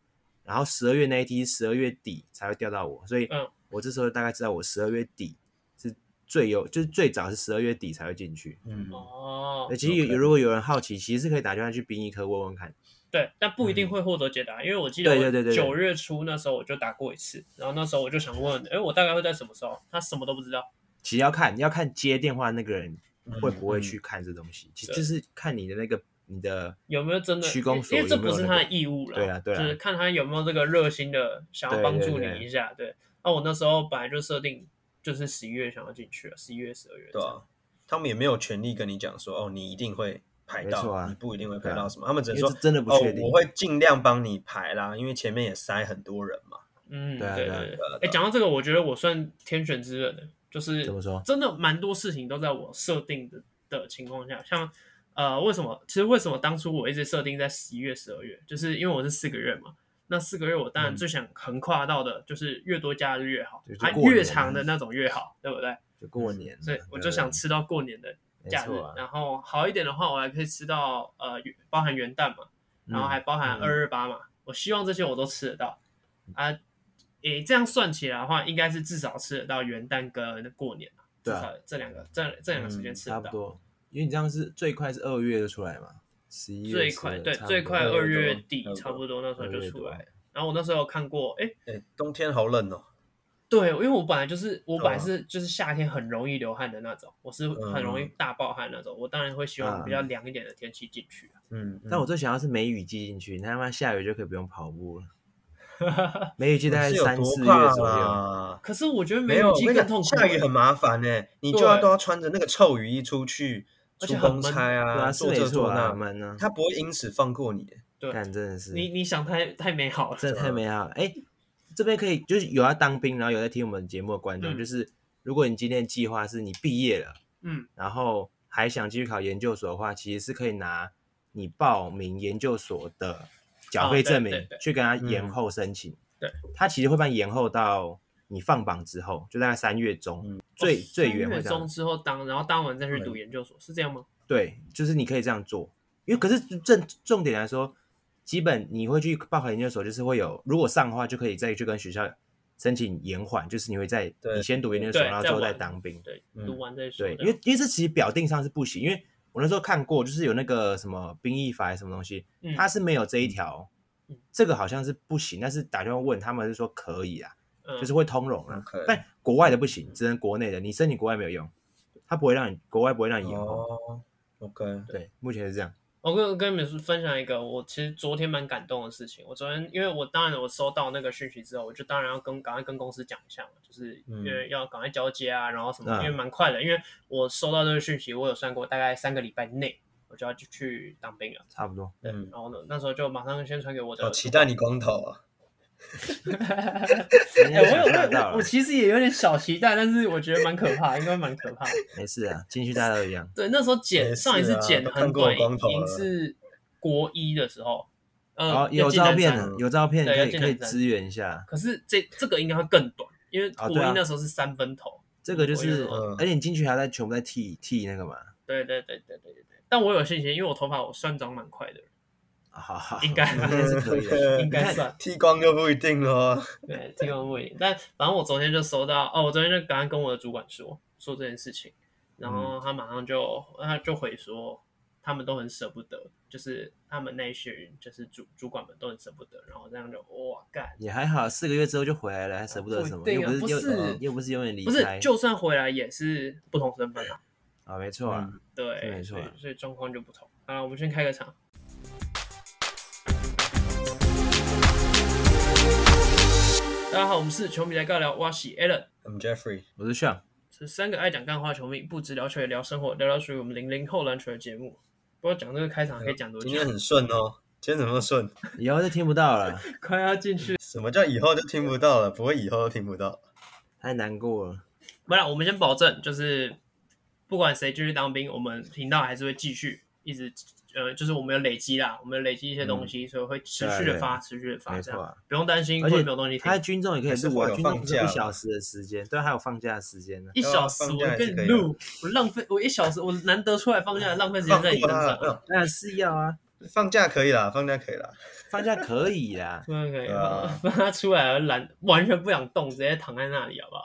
[SPEAKER 2] 然后十二月那一梯十二月底才会调到我，所以
[SPEAKER 1] 嗯
[SPEAKER 2] 我这时候大概知道我十二月底是最有就是最早是十二月底才会进去。
[SPEAKER 3] 嗯，
[SPEAKER 1] 哦
[SPEAKER 2] 那，其实有
[SPEAKER 3] OK
[SPEAKER 2] 有如果有人好奇，其实是可以打电话去殡仪科问问看。
[SPEAKER 1] 对，但不一定会获得解答，因为我记得
[SPEAKER 2] 嗯对对对
[SPEAKER 1] 我
[SPEAKER 2] 对对
[SPEAKER 1] 九月初那时候我就打过一次，然后那时候我就想问，哎，我大概会在什么时候？他什么都不知道。
[SPEAKER 2] 其实要看要看接电话那个人会不会
[SPEAKER 3] 嗯
[SPEAKER 2] 去看这东西，其实
[SPEAKER 1] 对
[SPEAKER 2] 就是看你的那个你的
[SPEAKER 1] 有没有真的
[SPEAKER 2] 区公所
[SPEAKER 1] 因为这
[SPEAKER 2] 有没有
[SPEAKER 1] 不是他
[SPEAKER 2] 那个
[SPEAKER 1] 的义务了，
[SPEAKER 2] 对啊对啊
[SPEAKER 1] 就是看他有没有这个热心的想要
[SPEAKER 2] 对
[SPEAKER 1] 帮
[SPEAKER 2] 对
[SPEAKER 1] 助
[SPEAKER 2] 对
[SPEAKER 1] 你一下。对，那、我那时候本来就设定就是十一月想要进去啊了，十一月、十二月这
[SPEAKER 3] 对
[SPEAKER 1] 样。
[SPEAKER 3] 啊，他们也没有权利跟你讲说，哦，你一定会排
[SPEAKER 2] 没
[SPEAKER 3] 到，
[SPEAKER 2] 错啊
[SPEAKER 3] 你不一定会
[SPEAKER 2] 对
[SPEAKER 3] 排
[SPEAKER 2] 啊
[SPEAKER 3] 到什么，他们只
[SPEAKER 2] 因
[SPEAKER 3] 能
[SPEAKER 2] 为
[SPEAKER 3] 说
[SPEAKER 2] 这，真的不
[SPEAKER 3] 哦
[SPEAKER 2] 确定，
[SPEAKER 3] 我会尽量帮你排啦，因为前面也塞很多人嘛。
[SPEAKER 1] 嗯，
[SPEAKER 2] 对啊
[SPEAKER 1] 对
[SPEAKER 2] 对啊
[SPEAKER 1] 对。哎，讲到这个，我觉得我算天选之人的，就是
[SPEAKER 2] 怎么说
[SPEAKER 1] 真的蛮多事情都在我设定的的情况下，像呃，为什么？其实为什么当初我一直设定在十一月、十二月，就是因为我是四个月嘛。那四个月，我当然
[SPEAKER 3] 嗯
[SPEAKER 1] 最想横跨到的就是越多假日越好
[SPEAKER 2] 就，是
[SPEAKER 1] 啊，
[SPEAKER 2] 过年
[SPEAKER 1] 越
[SPEAKER 2] 啊
[SPEAKER 1] 长的那种越好，对不对？
[SPEAKER 2] 就过年了，
[SPEAKER 1] 所以我就
[SPEAKER 2] 对
[SPEAKER 1] 想吃到过年的
[SPEAKER 2] 没
[SPEAKER 1] 假日
[SPEAKER 2] 错，啊，
[SPEAKER 1] 然后好一点的话，我还可以吃到呃，元包含元旦嘛，然后还包含
[SPEAKER 3] 嗯
[SPEAKER 1] 二二八嘛，我希望这些我都吃得到啊。诶，这样算起来的话，应该是至少吃得到元旦跟过年嘛至
[SPEAKER 2] 对啊
[SPEAKER 1] 少这两个这这两个时间吃
[SPEAKER 2] 差
[SPEAKER 1] 得
[SPEAKER 2] 不
[SPEAKER 1] 到。
[SPEAKER 2] 多，因为你这样是最快是二月就出来嘛，十一月
[SPEAKER 1] 最
[SPEAKER 2] 12
[SPEAKER 1] 快对
[SPEAKER 2] 差不
[SPEAKER 1] 最
[SPEAKER 2] 多
[SPEAKER 1] 快
[SPEAKER 3] 多
[SPEAKER 1] 二月
[SPEAKER 3] 差
[SPEAKER 1] 底
[SPEAKER 3] 不多
[SPEAKER 1] 差不多那时候
[SPEAKER 2] 二
[SPEAKER 1] 就
[SPEAKER 2] 月
[SPEAKER 1] 出
[SPEAKER 2] 多
[SPEAKER 1] 来，然后我那时候有看过，诶，
[SPEAKER 3] 哎，冬天好冷哦。
[SPEAKER 1] 对，因为我本来就是我本来
[SPEAKER 3] 对啊
[SPEAKER 1] 是就是夏天很容易流汗的那种，我是很容易大爆汗那种，我当然会希望比较凉一点的天气进去。啊
[SPEAKER 3] 嗯，
[SPEAKER 2] 但我
[SPEAKER 3] 这
[SPEAKER 2] 最想要是梅雨季进去，你他妈下雨就可以不用跑步 了。梅雨季大概
[SPEAKER 3] 是有
[SPEAKER 2] 三
[SPEAKER 3] 多
[SPEAKER 2] 四
[SPEAKER 3] 怕
[SPEAKER 1] 啊
[SPEAKER 2] 月左右，
[SPEAKER 3] 啦
[SPEAKER 1] 可是我觉得梅
[SPEAKER 3] 没有
[SPEAKER 1] 雨
[SPEAKER 3] 我
[SPEAKER 1] 季
[SPEAKER 3] 跟你
[SPEAKER 1] 更
[SPEAKER 3] 讲
[SPEAKER 1] 痛苦欸、
[SPEAKER 3] 下雨很麻烦呢，你就要都要穿着那个臭雨衣出去
[SPEAKER 1] 而
[SPEAKER 3] 出
[SPEAKER 1] 且很
[SPEAKER 3] 公
[SPEAKER 1] 闷
[SPEAKER 3] 差
[SPEAKER 2] 对啊，
[SPEAKER 3] 啊，
[SPEAKER 2] 是
[SPEAKER 3] 做
[SPEAKER 2] 没
[SPEAKER 3] 这
[SPEAKER 2] 错
[SPEAKER 3] 做
[SPEAKER 2] 啊，
[SPEAKER 3] 那，
[SPEAKER 2] 蛮呢，
[SPEAKER 3] 他不会因此放过你。
[SPEAKER 1] 对，
[SPEAKER 2] 干真的是，
[SPEAKER 1] 你你想太太美好了，
[SPEAKER 2] 真的太美好了。哎、这边可以就是有要当兵，然后有在听我们节目的观众，
[SPEAKER 1] 嗯
[SPEAKER 2] 就是如果你今天的计划是你毕业了，
[SPEAKER 1] 嗯，
[SPEAKER 2] 然后还想继续考研究所的话，其实是可以拿你报名研究所的缴费证明、
[SPEAKER 1] 哦对对对
[SPEAKER 2] 去跟他延后申请。
[SPEAKER 1] 对，
[SPEAKER 2] 他其实会帮你延后到你放榜之后，就大概三月中，
[SPEAKER 1] 哦
[SPEAKER 2] 最最
[SPEAKER 1] 嗯三
[SPEAKER 2] 远会
[SPEAKER 1] 月
[SPEAKER 2] 这样
[SPEAKER 1] 中之后当，然后当完再去读研究所，是这样吗？
[SPEAKER 2] 对，就是你可以这样做，因为可是正重点来说，基本你会去报考研究所，就是会有如果上的话，就可以再去跟学校申请延缓，就是你会在
[SPEAKER 3] 对
[SPEAKER 2] 你先读研究所，
[SPEAKER 1] 对
[SPEAKER 2] 然后之后
[SPEAKER 1] 再
[SPEAKER 2] 再
[SPEAKER 1] 玩
[SPEAKER 2] 当兵。
[SPEAKER 1] 对，
[SPEAKER 3] 嗯
[SPEAKER 1] 读完再说
[SPEAKER 2] 对，
[SPEAKER 1] 的。
[SPEAKER 2] 因为因为这其实表定上是不行，因为我那时候看过，就是有那个什么兵役法还是什么东西，
[SPEAKER 1] 嗯
[SPEAKER 2] 它是没有这一条
[SPEAKER 1] 嗯，
[SPEAKER 2] 这个好像是不行，但是打电话问他们是说可以啊，
[SPEAKER 1] 嗯
[SPEAKER 2] 就是会通融啊
[SPEAKER 3] OK。
[SPEAKER 2] 但国外的不行，只能国内的，你申请国外没有用，他不会让你国外不会让你延后。
[SPEAKER 3] 哦，OK，
[SPEAKER 2] 对，目前是这样。
[SPEAKER 1] 我跟跟你们分享一个我其实昨天蛮感动的事情。我昨天因为我当然我收到那个讯息之后，我就当然要跟赶快跟公司讲一下嘛，就是因为要赶快交接啊，然后什么，
[SPEAKER 2] 嗯
[SPEAKER 1] 因为蛮快的，因为我收到这个讯息，我有算过大概三个礼拜内我就要去去当兵了。
[SPEAKER 2] 差不多。
[SPEAKER 1] 对，
[SPEAKER 3] 嗯
[SPEAKER 1] 然后呢，那时候就马上先传给我的。
[SPEAKER 3] 好期待你光头 啊。
[SPEAKER 2] 哎
[SPEAKER 1] 哎、我有
[SPEAKER 2] 看
[SPEAKER 1] 我
[SPEAKER 2] 到
[SPEAKER 1] 有
[SPEAKER 2] 了
[SPEAKER 1] 我其实也有点小期待，但是我觉得蛮可怕，应该蛮可怕。
[SPEAKER 2] 没事啊，进去大家都一样。
[SPEAKER 1] 对，那时候剪、
[SPEAKER 3] 没事啊
[SPEAKER 1] 上一次剪
[SPEAKER 3] 都看
[SPEAKER 1] 很
[SPEAKER 3] 过我
[SPEAKER 1] 短，
[SPEAKER 3] 光头
[SPEAKER 1] 已经
[SPEAKER 3] 了哦
[SPEAKER 1] 是国一的时候，呃，
[SPEAKER 2] 好，
[SPEAKER 1] 要
[SPEAKER 2] 有
[SPEAKER 1] 进南
[SPEAKER 2] 照片
[SPEAKER 1] 山
[SPEAKER 2] 的，有照片
[SPEAKER 1] 对
[SPEAKER 2] 可
[SPEAKER 1] 要
[SPEAKER 2] 以
[SPEAKER 1] 进
[SPEAKER 2] 可以
[SPEAKER 1] 南山
[SPEAKER 2] 支援一下。
[SPEAKER 1] 可是这这个应该会更短，因为
[SPEAKER 2] 哦
[SPEAKER 1] 国
[SPEAKER 2] 对啊
[SPEAKER 1] 一那时候是三分头。
[SPEAKER 2] 这个就
[SPEAKER 1] 我有
[SPEAKER 2] 是
[SPEAKER 3] 嗯，
[SPEAKER 2] 而且你进去还要再全部再剃剃那个嘛。
[SPEAKER 1] 对对对对对对对。但我有信心，因为我头发我算长蛮快的，
[SPEAKER 2] 啊好好，
[SPEAKER 1] 应该
[SPEAKER 2] 应该是可以的。
[SPEAKER 1] 应该算。
[SPEAKER 3] 剃光就不一定了。啊
[SPEAKER 1] 对，这个不一定。 但反正我昨天就收到，哦，我昨天就赶快跟我的主管说说这件事情，然
[SPEAKER 3] 嗯
[SPEAKER 1] 后他马上就他就回说，他们都很舍不得，就是他们那一群人就是主主管们都很舍不得，然后这样就哇干，
[SPEAKER 2] 也还好，四个月之后就回来了，还舍不得什
[SPEAKER 1] 不
[SPEAKER 2] 么，
[SPEAKER 1] 一定
[SPEAKER 2] 又
[SPEAKER 1] 啊
[SPEAKER 2] 是又哦
[SPEAKER 1] 不是
[SPEAKER 2] 又不是永远离
[SPEAKER 1] 不是
[SPEAKER 2] 开。
[SPEAKER 1] 就算回来也是不同身份啊，
[SPEAKER 2] 啊，没错啊，
[SPEAKER 1] 对，
[SPEAKER 2] 是没错
[SPEAKER 1] 所以所以状况就不同。好了，我们先开个场。大家好，我们是球迷来尬聊，哇喜 Allen，
[SPEAKER 3] I'm Jeffrey，
[SPEAKER 2] 我是炫，
[SPEAKER 1] 是三个爱讲干话的球迷，不止聊球也聊生活，聊聊属于我们零零后篮球的节目。不过讲这个开场可以讲多久
[SPEAKER 3] 今？天很顺哦。今天怎么那么顺？
[SPEAKER 2] 以后就听不到了，
[SPEAKER 1] 快要进去，
[SPEAKER 3] 什么叫以后就听不到了？不会以后都听不到。
[SPEAKER 2] 太难过了。
[SPEAKER 1] 不然我们先保证，就是不管谁继续当兵，我们频道还是会继续一直，呃，就是我们有累积啦，我们有累积一些东
[SPEAKER 2] 嗯
[SPEAKER 1] 西，所以会持续的发，持续的发，
[SPEAKER 2] 啊没
[SPEAKER 1] 这
[SPEAKER 2] 错
[SPEAKER 1] 样
[SPEAKER 2] 啊
[SPEAKER 1] 不用担心
[SPEAKER 2] 而
[SPEAKER 1] 会没
[SPEAKER 2] 且
[SPEAKER 1] 有东西听
[SPEAKER 2] 他。在军中也可以录
[SPEAKER 3] 还是会
[SPEAKER 2] 啊，
[SPEAKER 3] 有
[SPEAKER 2] 军中不是
[SPEAKER 3] 放假
[SPEAKER 2] 一
[SPEAKER 3] 了
[SPEAKER 2] 小时的时间，对，还有放假的时间呢。
[SPEAKER 1] 一
[SPEAKER 3] 哦
[SPEAKER 1] 小时，我跟你录，我浪费我一小时，我难得出来放假，浪费时
[SPEAKER 3] 放
[SPEAKER 1] 间在你
[SPEAKER 3] 过
[SPEAKER 1] 身
[SPEAKER 3] 他
[SPEAKER 1] 上。
[SPEAKER 3] 了，
[SPEAKER 2] 当然是要啊，
[SPEAKER 3] 嗯放假可以啦，放假可以啦。
[SPEAKER 2] 放假可以啦，
[SPEAKER 1] 对，可以
[SPEAKER 3] 对啊
[SPEAKER 1] 放他出来，懒，完全不想动，直接躺在那里，好不好？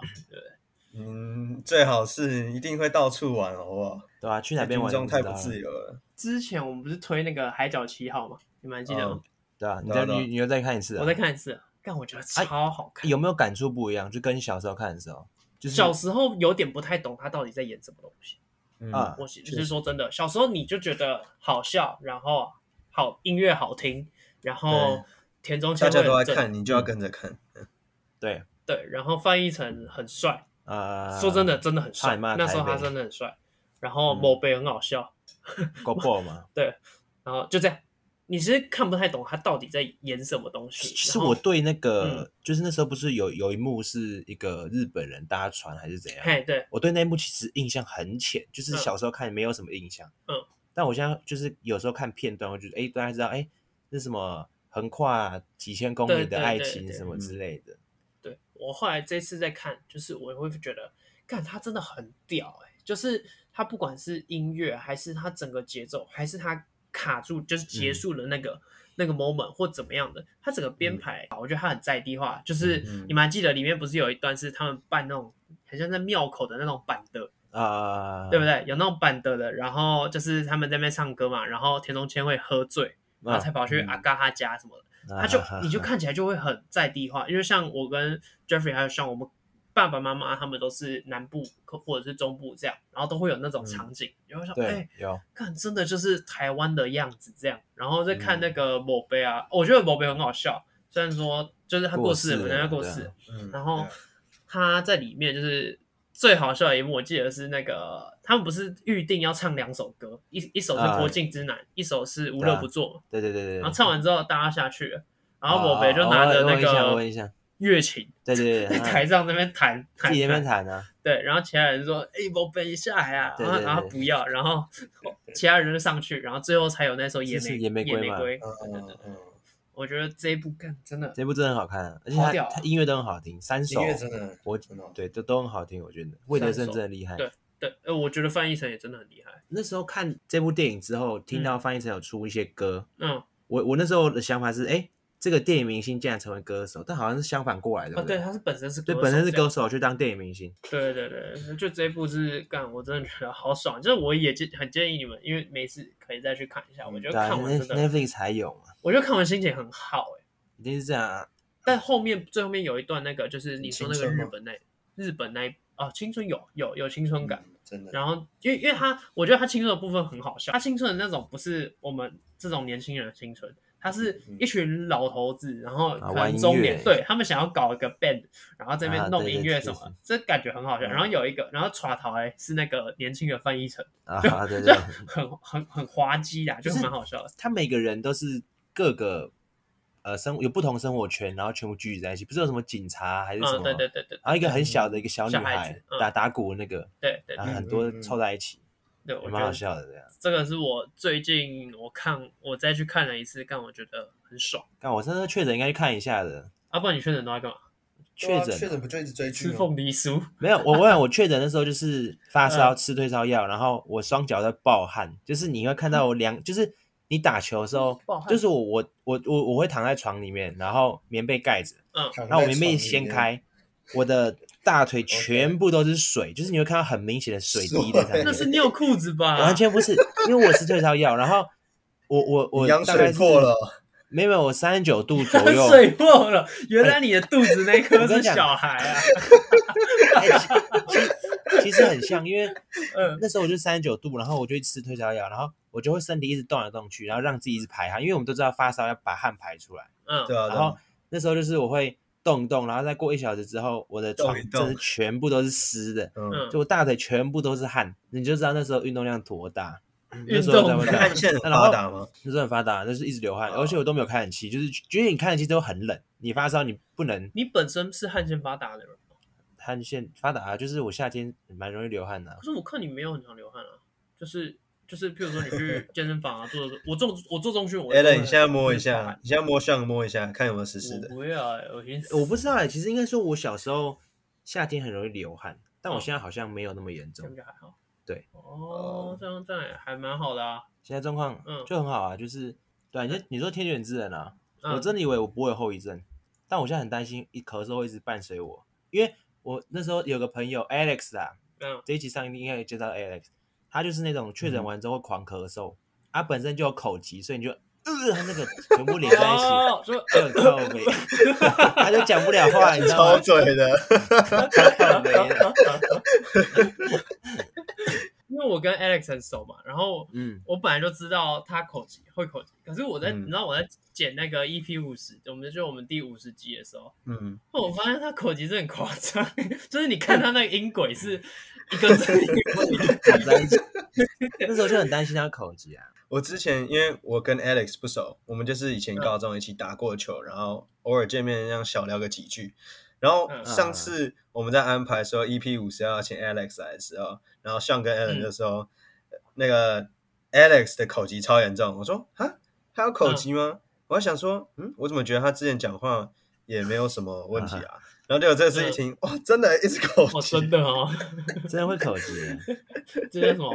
[SPEAKER 3] 嗯，最好是一定会到处玩，好不好？
[SPEAKER 2] 对啊，去哪边
[SPEAKER 3] 军
[SPEAKER 2] 玩也
[SPEAKER 3] 中
[SPEAKER 2] 不
[SPEAKER 3] 太
[SPEAKER 2] 知道
[SPEAKER 3] 不
[SPEAKER 2] 啊
[SPEAKER 3] 自由了。
[SPEAKER 1] 之前我们不是推那个《海角七号》嘛，你们还记得吗？
[SPEAKER 2] 对啊，你
[SPEAKER 3] 对
[SPEAKER 2] 再
[SPEAKER 3] 啊对啊
[SPEAKER 2] 你你又再看一次啊，
[SPEAKER 1] 我再看一次，但我觉得超好看。
[SPEAKER 2] 有没有感触不一样？就跟小时候看的时候，就是
[SPEAKER 1] 小时候有点不太懂他到底在演什么东西。
[SPEAKER 3] 嗯
[SPEAKER 2] 啊
[SPEAKER 1] 我是就是说真的，小时候你就觉得好笑，然后好音乐好听，然后
[SPEAKER 3] 对
[SPEAKER 1] 田中千
[SPEAKER 3] 大家
[SPEAKER 1] 惠
[SPEAKER 3] 都
[SPEAKER 1] 很
[SPEAKER 3] 在
[SPEAKER 1] 正，
[SPEAKER 3] 看，你就要跟着看。
[SPEAKER 2] 对，
[SPEAKER 1] 对，然后范逸臣很帅，
[SPEAKER 3] 啊
[SPEAKER 2] 呃，
[SPEAKER 1] 说真的，真的很
[SPEAKER 2] 差
[SPEAKER 1] 帅，
[SPEAKER 2] 点骂
[SPEAKER 1] 那时候
[SPEAKER 2] 台
[SPEAKER 1] 他
[SPEAKER 2] 北
[SPEAKER 1] 真的很帅。然后
[SPEAKER 3] 嗯
[SPEAKER 1] 某北很好笑，
[SPEAKER 2] 够 爆嘛？
[SPEAKER 1] 然后就这样，你其实看不太懂他到底在演什么东西。
[SPEAKER 2] 其实
[SPEAKER 1] 然后
[SPEAKER 2] 我对那个、
[SPEAKER 1] 嗯
[SPEAKER 2] 就是那时候不是有有一幕是一个日本人搭船还是怎样？
[SPEAKER 1] 嘿，对，
[SPEAKER 2] 我对那一幕其实印象很浅，就是
[SPEAKER 1] 嗯
[SPEAKER 2] 小时候看没有什么印象。
[SPEAKER 1] 嗯，
[SPEAKER 2] 但我现在就是有时候看片段，我觉得哎，诶大家知道哎，这什么横跨几千公里
[SPEAKER 1] 对对
[SPEAKER 2] 的爱
[SPEAKER 1] 对
[SPEAKER 2] 情
[SPEAKER 1] 对嗯
[SPEAKER 2] 什么之类的。
[SPEAKER 1] 对我后来这次在看，就是我会觉得，看他真的很屌哎、就是他不管是音乐，还是他整个节奏，还是他卡住就是
[SPEAKER 3] 嗯
[SPEAKER 1] 结束的那个、那个 moment 或怎么样的，他整个编排，我觉得他很在地化。就是、
[SPEAKER 3] 嗯嗯嗯
[SPEAKER 1] 你们还记得里面不是有一段是他们办那种很像在庙口的那种板凳，
[SPEAKER 2] 啊、
[SPEAKER 1] 对不对？有那种板凳的，然后就是他们在那边唱歌嘛，然后田中千惠喝醉，然啊后才跑去
[SPEAKER 3] 嗯
[SPEAKER 1] 阿嘎他家什么的。
[SPEAKER 2] 啊
[SPEAKER 1] 他就
[SPEAKER 2] 哈哈
[SPEAKER 1] 你就
[SPEAKER 2] 哈
[SPEAKER 1] 看起来就会很在地化，因为像我跟 Jeffrey 还有像我们爸爸妈妈他们都是南部或者是中部这样，然后都会有那种场景，然后想
[SPEAKER 2] 嗯对、
[SPEAKER 1] 哎，
[SPEAKER 2] 有
[SPEAKER 1] 看真的就是台湾的样子这样，然后再看
[SPEAKER 2] 嗯
[SPEAKER 1] 那个某杯啊，我觉得某杯很好笑，虽然说就是他过世了，
[SPEAKER 2] 过世了
[SPEAKER 1] 本来要过
[SPEAKER 2] 对啊
[SPEAKER 1] 世了，
[SPEAKER 3] 嗯
[SPEAKER 1] 然后他在里面就是最好笑的一幕，我记得是那个他们不是预定要唱两首歌，一一首是《
[SPEAKER 2] 啊
[SPEAKER 1] 国境之南》，一首是《无
[SPEAKER 2] 对
[SPEAKER 1] 乐
[SPEAKER 2] 啊
[SPEAKER 1] 不作》嘛。
[SPEAKER 2] 对对对对。
[SPEAKER 1] 然后
[SPEAKER 2] 对
[SPEAKER 1] 唱完之后，大家下去了，然后
[SPEAKER 2] 哦
[SPEAKER 1] 我北就拿着
[SPEAKER 2] 哦我
[SPEAKER 1] 那
[SPEAKER 2] 问一下我问一
[SPEAKER 1] 个
[SPEAKER 2] 下，
[SPEAKER 1] 乐琴
[SPEAKER 2] 对对
[SPEAKER 1] 在
[SPEAKER 2] 对，
[SPEAKER 1] 台上那边弹，
[SPEAKER 2] 啊
[SPEAKER 1] 弹
[SPEAKER 2] 自己那边
[SPEAKER 1] 弹
[SPEAKER 2] 弹啊，
[SPEAKER 1] 对，然后其他人说：“哎，我北下来啊！”
[SPEAKER 2] 对
[SPEAKER 1] 然
[SPEAKER 2] 对
[SPEAKER 1] 后
[SPEAKER 2] 对
[SPEAKER 1] 然后不要，然后其他人就上去，然后最后才有那首《野
[SPEAKER 2] 是
[SPEAKER 1] 玫
[SPEAKER 2] 是野玫瑰
[SPEAKER 1] 玫
[SPEAKER 2] 嘛
[SPEAKER 1] 瑰》。对
[SPEAKER 3] 嗯
[SPEAKER 1] 对
[SPEAKER 3] 嗯
[SPEAKER 1] 对对，
[SPEAKER 3] 嗯，
[SPEAKER 1] 我觉得这一部干真的
[SPEAKER 2] 这部真的很好看啊，而且
[SPEAKER 1] 好
[SPEAKER 2] 它
[SPEAKER 1] 屌啊
[SPEAKER 2] 它音乐都很好听，三首
[SPEAKER 3] 音乐真的
[SPEAKER 2] 我
[SPEAKER 3] 真的好
[SPEAKER 2] 对都都很好听，我觉得魏德
[SPEAKER 1] 三
[SPEAKER 2] 胜
[SPEAKER 1] 首
[SPEAKER 2] 真的厉害。
[SPEAKER 1] 对，呃，我觉得翻译成也真的很厉害。
[SPEAKER 2] 那时候看这部电影之后，听到翻译成有出一些歌，
[SPEAKER 1] 嗯，
[SPEAKER 2] 我我那时候的想法是，哎、这个电影明星竟然成为歌手，但好像是相反过来的，
[SPEAKER 1] 啊，
[SPEAKER 2] 不
[SPEAKER 1] 对，他是本身是
[SPEAKER 2] 对，
[SPEAKER 1] 手
[SPEAKER 2] 本身是
[SPEAKER 1] 这样
[SPEAKER 2] 歌手去当电影明星，
[SPEAKER 1] 对对对，就这一部是干，我真的觉得好爽。就是我也建很建议你们，因为没事可以再去看一下。我觉
[SPEAKER 2] 对
[SPEAKER 1] 得
[SPEAKER 2] 啊
[SPEAKER 1] 看完真的，
[SPEAKER 2] ，Netflix 才有嘛，
[SPEAKER 1] 我觉得看完心情很好哎、
[SPEAKER 2] 一定是这样啊。
[SPEAKER 1] 但后面最后面有一段那个，就是你说那个
[SPEAKER 3] 青春
[SPEAKER 1] 日
[SPEAKER 3] 吗
[SPEAKER 1] 本那日本那一哦，青春有有有青春感。
[SPEAKER 3] 嗯真的。
[SPEAKER 1] 然后因为因为他，我觉得他青春的部分很好笑，他青春的那种不是我们这种年轻人的青春。他是一群老头子，然后可
[SPEAKER 2] 嗯啊玩
[SPEAKER 1] 能
[SPEAKER 2] 音
[SPEAKER 1] 中年，
[SPEAKER 2] 乐欸
[SPEAKER 1] 对他们想要搞一个 band，然后这边
[SPEAKER 2] 啊
[SPEAKER 1] 弄
[SPEAKER 2] 对
[SPEAKER 1] 音
[SPEAKER 2] 对
[SPEAKER 1] 乐
[SPEAKER 2] 是
[SPEAKER 1] 什么，这
[SPEAKER 2] 是
[SPEAKER 1] 感觉很好笑。
[SPEAKER 3] 嗯
[SPEAKER 1] 然后有一个，然后耍桃哎是那个年轻的翻译成，
[SPEAKER 2] 啊， 对
[SPEAKER 1] 就
[SPEAKER 2] 对，
[SPEAKER 1] 很很很滑稽啦，就是蛮好笑的。
[SPEAKER 2] 他每个人都是各个呃生有不同生活圈，然后全部聚集在一起，不是有什么警察啊还是什
[SPEAKER 1] 嗯，
[SPEAKER 2] 么，
[SPEAKER 1] 对对对对
[SPEAKER 2] 然后一个很小的一个小女
[SPEAKER 1] 小孩
[SPEAKER 2] 孩
[SPEAKER 1] 子嗯
[SPEAKER 2] 打打鼓那个，
[SPEAKER 1] 对对对
[SPEAKER 2] 然后很多
[SPEAKER 3] 嗯嗯嗯
[SPEAKER 2] 凑在一起，
[SPEAKER 1] 对，
[SPEAKER 2] 也
[SPEAKER 1] 我觉
[SPEAKER 2] 蛮好
[SPEAKER 1] 得
[SPEAKER 2] 笑的这样。
[SPEAKER 1] 这个是我最近我看我再去看了一次，但我觉得很爽。
[SPEAKER 2] 但我真的确诊应该去看一下的，
[SPEAKER 1] 啊，不然你确诊都在干嘛？
[SPEAKER 3] 对啊
[SPEAKER 2] 确诊
[SPEAKER 3] 确诊不就一直追剧
[SPEAKER 1] 吃
[SPEAKER 3] 吗？
[SPEAKER 1] 凤梨酥。
[SPEAKER 2] 没有，我我想我确诊的时 候就是发
[SPEAKER 1] 嗯
[SPEAKER 2] 烧，吃退烧药，然后我双脚在爆汗，就是你会看到我两，就是你打球的时候
[SPEAKER 1] 爆，汗
[SPEAKER 2] 就是我我我我我会躺在床里面，然后棉被盖着，
[SPEAKER 1] 嗯，
[SPEAKER 3] 躺在
[SPEAKER 2] 然后我棉被
[SPEAKER 3] 床里
[SPEAKER 2] 掀
[SPEAKER 3] 面，
[SPEAKER 2] 开，我的大 腿全部都是水，就是你会看到很明显的水滴在上
[SPEAKER 3] 水
[SPEAKER 2] 面
[SPEAKER 1] 那，是尿裤子吧？
[SPEAKER 2] 完全不是，因为我吃退烧药，然后我我
[SPEAKER 3] 你
[SPEAKER 2] 我
[SPEAKER 3] 羊
[SPEAKER 2] 大概
[SPEAKER 3] 水
[SPEAKER 2] 是啊
[SPEAKER 3] 破了，，
[SPEAKER 2] 没有没有，我三十九 度左右，
[SPEAKER 1] 水破了，原来你的肚子那颗是小孩啊！
[SPEAKER 2] 其实很像，因为
[SPEAKER 1] 嗯
[SPEAKER 2] 那时候我就三十九度，然后我就去吃退烧药，然后我就会身体一直动来动去，然后让自己一直排汗，因为我们都知道发烧要把汗排出来。
[SPEAKER 1] 嗯，
[SPEAKER 3] 对啊，
[SPEAKER 2] 然
[SPEAKER 3] 对啊
[SPEAKER 2] 后那时候就是我会动一动，然后再过一小时之后，我的床
[SPEAKER 3] 动一动
[SPEAKER 2] 真的全部都是湿的，
[SPEAKER 3] 嗯，
[SPEAKER 1] 嗯
[SPEAKER 2] 就我大腿全部都是汗，你就知道那时候运动量多大。
[SPEAKER 1] 运
[SPEAKER 2] 那时候
[SPEAKER 1] 动
[SPEAKER 2] 才会这样
[SPEAKER 1] 量
[SPEAKER 3] 汗腺很
[SPEAKER 2] 然后
[SPEAKER 3] 发达吗？
[SPEAKER 2] 那时候很发达，就是一直流汗，
[SPEAKER 3] 哦
[SPEAKER 2] 而且我都没有开冷气，就是觉得你开冷气之后很冷，你发烧你不能
[SPEAKER 1] 你本身是汗腺发达的人，
[SPEAKER 2] 汗腺发达啊，就是我夏天蛮容易流汗的啊
[SPEAKER 1] 可。是我看你没有很常流汗啊，就是就是，譬如说你去 健身房啊，做我做我做中训，我
[SPEAKER 3] a l
[SPEAKER 1] 做
[SPEAKER 3] n 你现在摸一
[SPEAKER 1] 就是
[SPEAKER 3] 下
[SPEAKER 1] 发，
[SPEAKER 3] 你现在摸上摸一下，看有没有湿湿
[SPEAKER 1] 我
[SPEAKER 3] 的。
[SPEAKER 1] 不会啊，我先
[SPEAKER 2] 我不知道哎、其实应该说，我小时候夏天很容易流汗，但我现在好像没有那么严重
[SPEAKER 1] 感。觉还好。
[SPEAKER 2] 对，
[SPEAKER 1] 哦，这样这样也还蛮好的啊。
[SPEAKER 2] 现在状况
[SPEAKER 1] 嗯
[SPEAKER 2] 就很好啊，就是对啊，你就你说天选之人啊，
[SPEAKER 1] 嗯
[SPEAKER 2] 我真的以为我不会有后遗症，但我现在很担心一咳嗽会一直伴随我，因为我那时候有个朋友 Alex 啊啦，
[SPEAKER 1] 嗯
[SPEAKER 2] 这一集上应该也介绍 Alex，他就是那种
[SPEAKER 3] 嗯
[SPEAKER 2] 确诊完之后会狂咳嗽，他本身就有口疾，所以你就呃他那个全部连在一起，
[SPEAKER 1] 哦， 说
[SPEAKER 2] 就很靠北， 他就讲不了话，你知道
[SPEAKER 3] 超
[SPEAKER 2] 吗？
[SPEAKER 3] 嘴的，
[SPEAKER 2] 靠北的，
[SPEAKER 1] 因为我跟 Alex 很熟嘛，然后
[SPEAKER 2] 嗯，
[SPEAKER 1] 我本来就知道他口疾会口疾，可是我在、
[SPEAKER 3] 嗯
[SPEAKER 1] 你知道我在剪那个 EP 五十，我们就我们第五十集的时候， 哦
[SPEAKER 3] 嗯，
[SPEAKER 1] 我发现他口疾是很夸张， 就是你看他那个音轨是一个字 一个字
[SPEAKER 2] 很担心，那时候就很担心他口疾啊，
[SPEAKER 3] 我之前因为我跟 Alex 不熟，我们就是以前
[SPEAKER 1] 嗯
[SPEAKER 3] 高中一起打过球，然后偶尔见面这样小聊个几句。然后
[SPEAKER 1] 嗯
[SPEAKER 3] 上次我们在安排说 EP，E 五十要请 Alex 来的时候，然后上
[SPEAKER 1] 嗯
[SPEAKER 3] 跟 Alan 就说、那个 Alex 的口疾超严重，我说啊，他有
[SPEAKER 1] 嗯
[SPEAKER 3] 口疾吗？我还想说，嗯，我怎么觉得他之前讲话也没有什么问题啊？然后结果这次一听，哇，真的一直口
[SPEAKER 1] 嗯哦，
[SPEAKER 3] 疾，
[SPEAKER 1] 真的哦，
[SPEAKER 2] 真的会口疾，
[SPEAKER 1] 这叫什么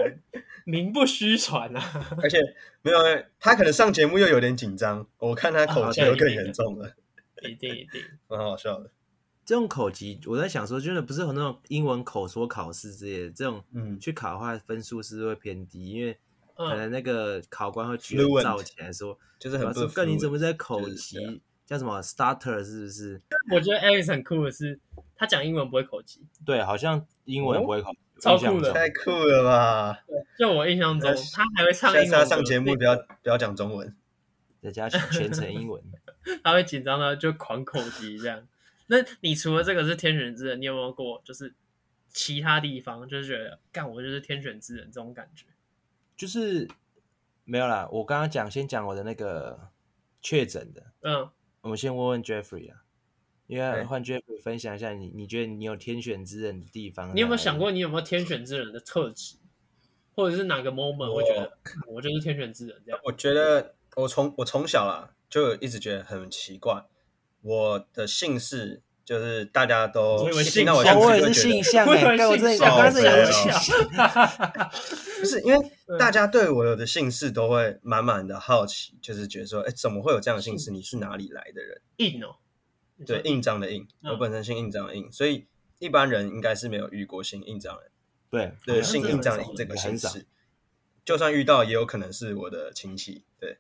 [SPEAKER 1] 名不虚传啊！
[SPEAKER 3] 而且没有他可能上节目又有点紧张，我看他口疾
[SPEAKER 1] 啊对
[SPEAKER 3] 又更
[SPEAKER 1] 一定的
[SPEAKER 3] 严重了，
[SPEAKER 1] 一定一定，
[SPEAKER 3] 蛮好笑的。
[SPEAKER 2] 这种口疾，我在想说，真的不是有那种英文口说考试之类的，这种
[SPEAKER 3] 嗯
[SPEAKER 2] 去考的话分数是会偏低，因为可
[SPEAKER 3] 呃
[SPEAKER 1] 嗯，
[SPEAKER 2] 能那个考官会举
[SPEAKER 3] Fluent
[SPEAKER 2] 照起来说，
[SPEAKER 3] 就是很
[SPEAKER 2] 说
[SPEAKER 3] 不
[SPEAKER 2] 哥你怎么在口
[SPEAKER 3] 就是对
[SPEAKER 2] 疾？叫什么 starter 是不是？
[SPEAKER 1] 我觉得 Alex 很酷的是，他讲英文不会口疾，
[SPEAKER 2] 对，好像英文
[SPEAKER 3] 哦
[SPEAKER 2] 不会考，
[SPEAKER 1] 超
[SPEAKER 2] 印象
[SPEAKER 1] 酷的
[SPEAKER 2] 中
[SPEAKER 3] 太酷了吧！
[SPEAKER 1] 就我印象中
[SPEAKER 3] 那是
[SPEAKER 1] 他还会唱
[SPEAKER 3] 呃下
[SPEAKER 1] 英
[SPEAKER 3] 次
[SPEAKER 1] 文
[SPEAKER 3] 他
[SPEAKER 1] 歌
[SPEAKER 3] 上节目不要不要讲中文，
[SPEAKER 2] 再加全程英文。
[SPEAKER 1] 他会紧张到就狂口疾这样。那你除了这个是天选之人，你有没有过就是其他地方就是觉得干我就是天选之人这种感觉？
[SPEAKER 2] 就是没有啦，我刚刚讲先讲我的那个确诊的，
[SPEAKER 1] 嗯，
[SPEAKER 2] 我们先问问 Jeffrey 啊，因为
[SPEAKER 3] 对
[SPEAKER 2] 换 Jeffrey 分享一下你，你觉得你有天选之人的地方，啊
[SPEAKER 1] 你有没有想过？你有没有天选之人的特质，或者是哪个 moment
[SPEAKER 3] 我
[SPEAKER 1] 会觉得干我就是天选之人这样？
[SPEAKER 3] 我觉得我从我从小啦就一直觉得很奇怪，我的姓氏就是大家都
[SPEAKER 1] 我以为姓
[SPEAKER 3] 听到我这
[SPEAKER 1] 向
[SPEAKER 2] 哦，
[SPEAKER 3] 样
[SPEAKER 2] 我
[SPEAKER 3] 子
[SPEAKER 2] 也
[SPEAKER 3] 就是觉
[SPEAKER 2] 性向
[SPEAKER 3] 得
[SPEAKER 1] 我以
[SPEAKER 2] 哎、
[SPEAKER 1] 为
[SPEAKER 2] 欸，我
[SPEAKER 1] 姓
[SPEAKER 2] 真的
[SPEAKER 1] 向
[SPEAKER 2] 我刚才
[SPEAKER 3] 靠
[SPEAKER 2] 也
[SPEAKER 3] 北
[SPEAKER 2] 是
[SPEAKER 3] 哦
[SPEAKER 2] 想，
[SPEAKER 3] 不是因为大家对我的姓氏都会满满的好奇，就是觉得说，哎，怎么会有这样的姓氏？你是哪里来的人？
[SPEAKER 1] 硬哦，你说
[SPEAKER 3] 对，印章的印，
[SPEAKER 1] 嗯
[SPEAKER 3] 我本身姓印章的印，所以一般人应该是没有遇过姓印章的人。
[SPEAKER 2] 对
[SPEAKER 3] 对，
[SPEAKER 1] 像
[SPEAKER 3] 姓
[SPEAKER 1] 真的
[SPEAKER 3] 印章
[SPEAKER 1] 很
[SPEAKER 3] 的
[SPEAKER 1] 少
[SPEAKER 3] 印这个
[SPEAKER 2] 很
[SPEAKER 3] 姓
[SPEAKER 2] 少
[SPEAKER 3] 氏，就算遇到，也有可能是我的亲戚。对，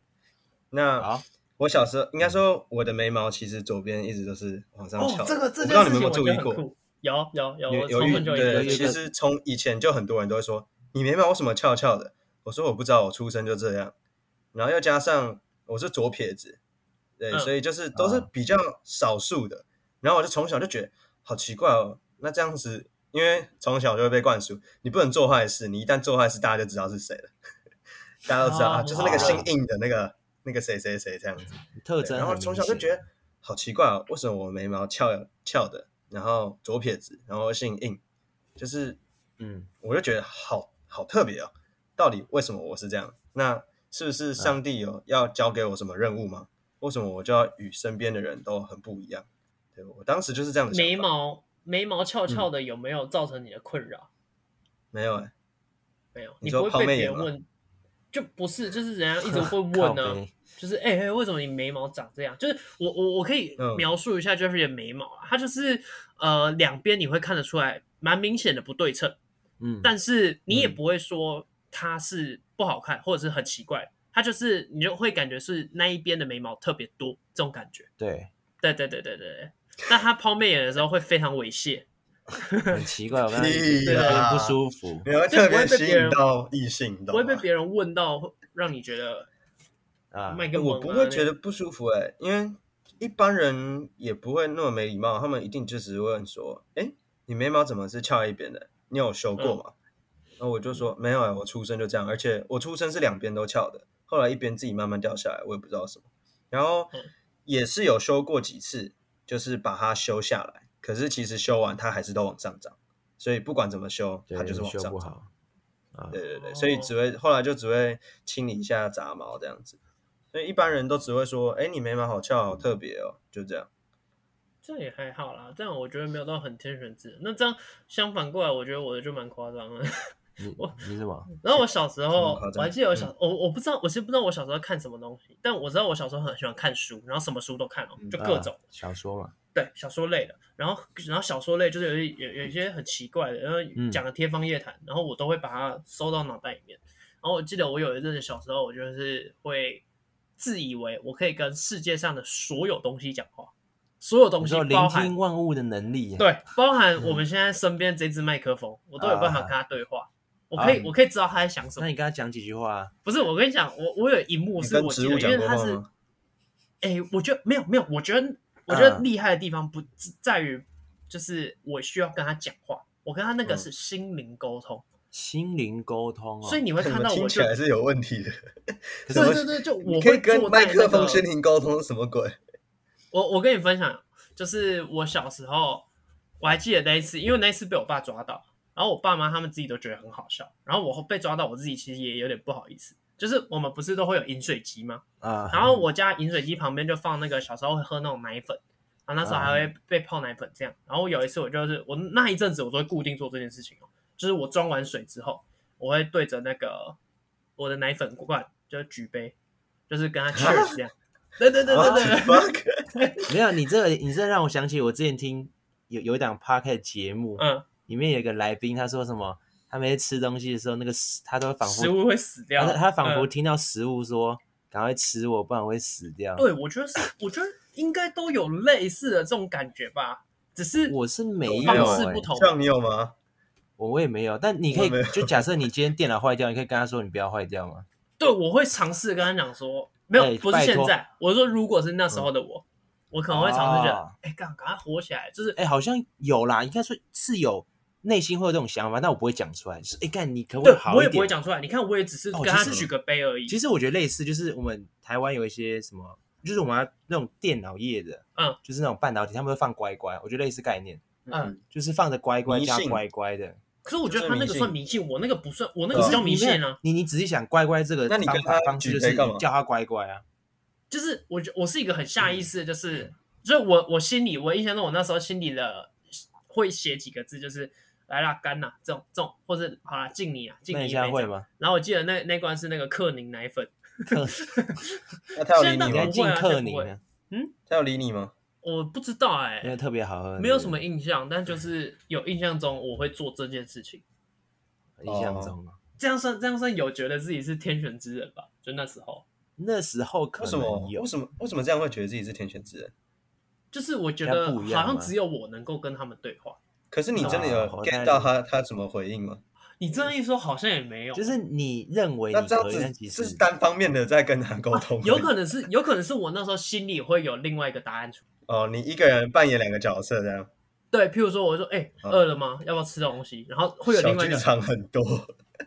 [SPEAKER 3] 那
[SPEAKER 2] 好，
[SPEAKER 3] 我小时候应该说我的眉毛其实左边一直都是往上翘
[SPEAKER 1] 嗯哦
[SPEAKER 3] 的，，
[SPEAKER 1] 这个这
[SPEAKER 3] 我不知道
[SPEAKER 1] 件
[SPEAKER 3] 你
[SPEAKER 1] 事情
[SPEAKER 3] 们有
[SPEAKER 1] 我
[SPEAKER 3] 没有
[SPEAKER 1] 觉
[SPEAKER 3] 注
[SPEAKER 1] 得
[SPEAKER 3] 意
[SPEAKER 1] 很
[SPEAKER 3] 过，
[SPEAKER 1] 酷。有有有，
[SPEAKER 3] 有
[SPEAKER 1] 我
[SPEAKER 3] 有
[SPEAKER 1] 从
[SPEAKER 3] 遇
[SPEAKER 1] 很久以前
[SPEAKER 2] 有
[SPEAKER 3] 对，
[SPEAKER 2] 遇
[SPEAKER 1] 就
[SPEAKER 3] 其
[SPEAKER 2] 过
[SPEAKER 3] 实从以前就很多人都会说你眉毛为什么翘翘的？我说我不知道，我出生就这样，然后又加上我是左撇子，对，
[SPEAKER 1] 嗯
[SPEAKER 3] 所以就是都是
[SPEAKER 2] 啊
[SPEAKER 3] 比较少数的。然后我就从小就觉得好奇怪哦，那这样子，因为从小就会被灌输，你不能做坏事，你一旦做坏事，大家就知道是谁了， 大家都知道，
[SPEAKER 1] 哦
[SPEAKER 3] 啊就是那个姓
[SPEAKER 2] 哦
[SPEAKER 3] 硬的那个那个谁谁谁这样子。
[SPEAKER 2] 特
[SPEAKER 3] 对
[SPEAKER 2] 征
[SPEAKER 3] 然后
[SPEAKER 2] 很
[SPEAKER 3] 从
[SPEAKER 2] 明
[SPEAKER 3] 小就
[SPEAKER 2] 显
[SPEAKER 3] 觉得好奇怪、哦，为什么我眉毛翘翘的，然后左撇子，然后姓硬，就是
[SPEAKER 2] 嗯，
[SPEAKER 3] 我就觉得好好特别哦，到底为什么我是这样？那是不是
[SPEAKER 1] 嗯
[SPEAKER 3] 上帝有要交给我什么任务吗？为什么我就要与身边的人都很不一样？对我当时就是这样的想法嗯
[SPEAKER 1] 眉毛眉毛翘翘的，有没有造成你的困扰？
[SPEAKER 3] 没有、欸，
[SPEAKER 1] 没有，
[SPEAKER 3] 你
[SPEAKER 1] 不
[SPEAKER 3] 说
[SPEAKER 1] 会
[SPEAKER 3] 抛
[SPEAKER 1] 被
[SPEAKER 3] 媚
[SPEAKER 1] 别
[SPEAKER 3] 眼
[SPEAKER 1] 人
[SPEAKER 3] 吗
[SPEAKER 1] 问，就不是，就是人家 一直会
[SPEAKER 2] 靠
[SPEAKER 1] 问呢、
[SPEAKER 2] 北
[SPEAKER 1] 就是哎哎、欸为什么你眉毛长这样？就是我我我可以
[SPEAKER 3] 嗯
[SPEAKER 1] 描述一下 Jeffrey 的眉毛啊，它就是呃两边你会看得出来蛮明显的不对称，
[SPEAKER 2] 嗯，
[SPEAKER 1] 但是你也
[SPEAKER 3] 嗯
[SPEAKER 1] 不会说它是不好看或者是很奇怪，它就是你就会感觉是那一边的眉毛特别多这种感觉。
[SPEAKER 2] 对，
[SPEAKER 1] 对对对对对对，但他抛媚眼的时候会非常猥亵。
[SPEAKER 2] 很奇怪，我刚才
[SPEAKER 3] 屁
[SPEAKER 2] 有点
[SPEAKER 3] 啦
[SPEAKER 2] 不舒服，
[SPEAKER 3] 没有会
[SPEAKER 1] 就
[SPEAKER 3] 特
[SPEAKER 1] 不会
[SPEAKER 3] 别
[SPEAKER 1] 被
[SPEAKER 3] 吸
[SPEAKER 1] 别人
[SPEAKER 3] 引到异性，
[SPEAKER 1] 不
[SPEAKER 3] 你懂
[SPEAKER 1] 会被
[SPEAKER 3] 吗？
[SPEAKER 1] 别人问到，会让你觉得
[SPEAKER 2] 啊，
[SPEAKER 1] 麦克风、啊
[SPEAKER 3] 我不会觉
[SPEAKER 1] 那
[SPEAKER 3] 得不舒服哎、因为一般人也不会那么没礼貌，他们一定就只是问说：“哎、你眉毛怎么是翘一边的？你有修
[SPEAKER 1] 嗯
[SPEAKER 3] 过吗？”然后我就说：“没有哎、我出生就这样，而且我出生是两边都翘的，后来一边自己慢慢掉下来，我也不知道为什么。然后
[SPEAKER 1] 嗯
[SPEAKER 3] 也是有修过几次，就是把它修下来，可是其实修完它还是都往上涨，所以不管怎么修，
[SPEAKER 2] 对
[SPEAKER 3] 它就是往
[SPEAKER 2] 修
[SPEAKER 3] 上
[SPEAKER 2] 不
[SPEAKER 3] 涨。
[SPEAKER 2] 好啊，
[SPEAKER 3] 对对对，
[SPEAKER 1] 哦
[SPEAKER 3] 所以只会后来就只会清理一下杂毛这样子。所以一般人都只会说：“哎，你眉毛好翘，好特别哦。”就这样。
[SPEAKER 1] 这也还好啦，这样我觉得没有到很天选之人。那这样相反过来，我觉得我的就蛮夸张的。
[SPEAKER 2] 你
[SPEAKER 1] 我
[SPEAKER 2] 你什么？嗯
[SPEAKER 1] 然后我小时候
[SPEAKER 3] 蛮夸，
[SPEAKER 1] 我
[SPEAKER 3] 张
[SPEAKER 1] 还记得我小，我、我不知道，我是不知道我
[SPEAKER 2] 嗯
[SPEAKER 1] 小时候看什么东西，但我知道我小时候很喜欢看书，然后什么书都看哦，就各种。
[SPEAKER 2] 啊小说嘛，
[SPEAKER 1] 对小说类的，然后然后小说类就是有一有有一些很奇怪的，然后
[SPEAKER 2] 嗯
[SPEAKER 1] 讲的天方夜谭，然后我都会把它收到脑袋里面。然后我记得我有一阵子小时候，我就是会自以为我可以跟世界上的所有东西讲话，所有东
[SPEAKER 2] 你
[SPEAKER 1] 西
[SPEAKER 2] 说聆
[SPEAKER 1] 包含
[SPEAKER 2] 听万物的能力，，
[SPEAKER 1] 对，包含我们现在身边这支麦克风，我都有
[SPEAKER 3] 啊
[SPEAKER 1] 办法跟他对话。我可以，
[SPEAKER 2] 啊
[SPEAKER 1] 我可以知道他在想什
[SPEAKER 2] 那
[SPEAKER 1] 么。
[SPEAKER 2] 你跟他讲几句话啊，
[SPEAKER 1] 不是，我跟你讲，我我有一幕
[SPEAKER 3] 你
[SPEAKER 1] 是
[SPEAKER 3] 跟
[SPEAKER 1] 我记
[SPEAKER 3] 植
[SPEAKER 1] 得，
[SPEAKER 3] 物
[SPEAKER 1] 因
[SPEAKER 3] 讲
[SPEAKER 1] 为
[SPEAKER 3] 过
[SPEAKER 1] 他
[SPEAKER 3] 话
[SPEAKER 1] 是
[SPEAKER 3] 吗？
[SPEAKER 1] 哎、我觉得没有没有，我觉得我觉
[SPEAKER 3] 啊
[SPEAKER 1] 得厉害的地方不只在于，就是我需要跟他讲话，我跟他那个
[SPEAKER 3] 嗯
[SPEAKER 1] 是心灵沟通，
[SPEAKER 2] 心灵沟通哦，
[SPEAKER 1] 所以你会
[SPEAKER 3] 怎
[SPEAKER 1] 看
[SPEAKER 3] 么
[SPEAKER 1] 到我
[SPEAKER 3] 听起
[SPEAKER 1] 就
[SPEAKER 3] 来是有问题的？
[SPEAKER 2] 可是
[SPEAKER 1] 对
[SPEAKER 2] 我
[SPEAKER 1] 对对，就我
[SPEAKER 3] 你可以
[SPEAKER 1] 会
[SPEAKER 3] 跟
[SPEAKER 1] 坐在
[SPEAKER 3] 麦克
[SPEAKER 1] 那
[SPEAKER 3] 风
[SPEAKER 1] 个，
[SPEAKER 3] 心灵沟通是什么鬼？
[SPEAKER 1] 我我跟你分享，就是我小时候我还记得那一次，因为那一次被我爸抓到，然后我爸妈他们自己都觉得很好笑，然后我被抓到，我自己其实也有点不好意思。就是我们不是都会有饮水机吗？
[SPEAKER 2] 啊，
[SPEAKER 1] 然后我家饮水机旁边就放那个小时候会喝那种奶粉，然后那时候还会被泡奶粉这样。然后有一次我就是我那一阵子我都会固定做这件事情哦，就是我装完水之后，我会对着那个我的奶粉罐就是举杯，就是跟他 cheers 这样。对对对对对对
[SPEAKER 3] 啊 fuck？
[SPEAKER 2] 没有你这个，你这让我想起我之前听有有一档 p o d c a s t 节目，
[SPEAKER 1] 嗯，
[SPEAKER 2] 里面有一个来宾，他说什么？他每次吃东西的时候，那个食他都会仿
[SPEAKER 1] 食
[SPEAKER 2] 佛，
[SPEAKER 1] 物会死掉
[SPEAKER 2] 他。他仿佛
[SPEAKER 1] 嗯
[SPEAKER 2] 听到食物说：“赶快吃我，不然我会死掉。”
[SPEAKER 1] 对，我觉得是，我觉得应该都有类似的这种感觉吧，只是
[SPEAKER 2] 我是没
[SPEAKER 1] 方
[SPEAKER 2] 有、
[SPEAKER 1] 式
[SPEAKER 2] 欸
[SPEAKER 1] 不，同。
[SPEAKER 3] 像你有吗？
[SPEAKER 2] 我我也没有。但你可
[SPEAKER 3] 我没
[SPEAKER 2] 以
[SPEAKER 3] 有
[SPEAKER 2] 就假设你今天电脑坏掉，你可以跟他说：“你不要坏掉嘛。
[SPEAKER 1] 对，我会尝试跟他讲说，没有，
[SPEAKER 2] 哎
[SPEAKER 1] 不是现
[SPEAKER 2] 拜嗯
[SPEAKER 1] 在，我是说如果是那时候的我，我可能会尝试觉得
[SPEAKER 2] 哦，
[SPEAKER 1] 哎、赶赶快火起来，就是”
[SPEAKER 2] 哎、好像有啦，应该说是有内心会有这种想法，但我不会讲出来。就是哎，干、你可不可
[SPEAKER 1] 对
[SPEAKER 2] 以好
[SPEAKER 1] 我
[SPEAKER 2] 一
[SPEAKER 1] 也不会
[SPEAKER 2] 点？
[SPEAKER 1] 讲出来。你看，我也只是
[SPEAKER 2] 哦
[SPEAKER 1] 跟他
[SPEAKER 2] 其实
[SPEAKER 1] 举个杯而已。
[SPEAKER 2] 其实我觉得类似，就是我们台湾有一些什么，就是我们要那种电脑业的，
[SPEAKER 1] 嗯，
[SPEAKER 2] 就是那种半导体，他们会放乖乖，我觉得类似概念，
[SPEAKER 1] 嗯，
[SPEAKER 2] 就是放着乖乖
[SPEAKER 3] 迷
[SPEAKER 2] 加
[SPEAKER 3] 信
[SPEAKER 2] 乖乖的。
[SPEAKER 1] 可是我觉得
[SPEAKER 3] 就是
[SPEAKER 1] 他那
[SPEAKER 3] 迷
[SPEAKER 1] 个
[SPEAKER 3] 信
[SPEAKER 1] 算迷信，我那个不算，我那
[SPEAKER 3] 可
[SPEAKER 1] 个
[SPEAKER 3] 是
[SPEAKER 1] 啊叫迷信啊。
[SPEAKER 2] 你你仔细想，乖乖这个
[SPEAKER 3] 那你跟
[SPEAKER 2] 方法
[SPEAKER 3] 他
[SPEAKER 2] 方式
[SPEAKER 3] 举
[SPEAKER 2] 就
[SPEAKER 3] 杯
[SPEAKER 2] 是
[SPEAKER 3] 干嘛
[SPEAKER 2] 叫他乖乖啊。
[SPEAKER 1] 就是我觉我是一个很下
[SPEAKER 2] 嗯
[SPEAKER 1] 意识的，就是就是我我心里我印象中我那时候心里的会写几个字，就是来啦干啦这种这种，或者好啦敬你啊敬
[SPEAKER 2] 那
[SPEAKER 1] 你
[SPEAKER 2] 你
[SPEAKER 1] 一
[SPEAKER 2] 现在
[SPEAKER 1] 杯这
[SPEAKER 2] 会
[SPEAKER 1] 样。
[SPEAKER 2] 吗？
[SPEAKER 1] 然后我记得那那罐是那个克宁奶粉，
[SPEAKER 3] 那他有理
[SPEAKER 1] 现在
[SPEAKER 2] 你
[SPEAKER 1] 那
[SPEAKER 2] 在
[SPEAKER 3] 你吗
[SPEAKER 1] 我？
[SPEAKER 2] 进克宁
[SPEAKER 1] 不会啊
[SPEAKER 2] 呢，
[SPEAKER 3] 他有理你吗？
[SPEAKER 1] 我不知道哎、
[SPEAKER 2] 因为特别好喝，
[SPEAKER 1] 没有什么印象，但就是有印象中我会做这件事情。
[SPEAKER 2] 印
[SPEAKER 3] 哦
[SPEAKER 2] 象中啊。
[SPEAKER 1] 这样算这样算有觉得自己是天选之人吧？就那时候，
[SPEAKER 2] 那时候可
[SPEAKER 3] 为什么
[SPEAKER 2] 能？有
[SPEAKER 3] 为，什么？为什么这样会觉得自己是天选之人？
[SPEAKER 1] 就是我觉
[SPEAKER 2] 比较
[SPEAKER 1] 得
[SPEAKER 2] 不一
[SPEAKER 1] 好
[SPEAKER 2] 样啊
[SPEAKER 1] 像
[SPEAKER 2] 嘛
[SPEAKER 1] 只有我能够跟他们对话。
[SPEAKER 3] 可是你真的有
[SPEAKER 2] 啊
[SPEAKER 3] get 到他他怎么回应吗？
[SPEAKER 1] 你这样一说，好像也没有，
[SPEAKER 2] 嗯就是你认为
[SPEAKER 3] 那
[SPEAKER 2] 你
[SPEAKER 3] 这样
[SPEAKER 2] 可以，但其
[SPEAKER 3] 子
[SPEAKER 2] 实
[SPEAKER 3] 是单方面的在跟他沟通，
[SPEAKER 1] 啊有可能是有可能是我那时候心里会有另外一个答案出。
[SPEAKER 3] 哦，你一个人扮演两个角色这样，
[SPEAKER 1] 对，譬如说，我就说，哎、
[SPEAKER 3] 嗯
[SPEAKER 1] 饿了吗？要不要吃东西？然后会有另外
[SPEAKER 3] 小
[SPEAKER 1] 一
[SPEAKER 3] 剧
[SPEAKER 1] 个，
[SPEAKER 3] 场很多，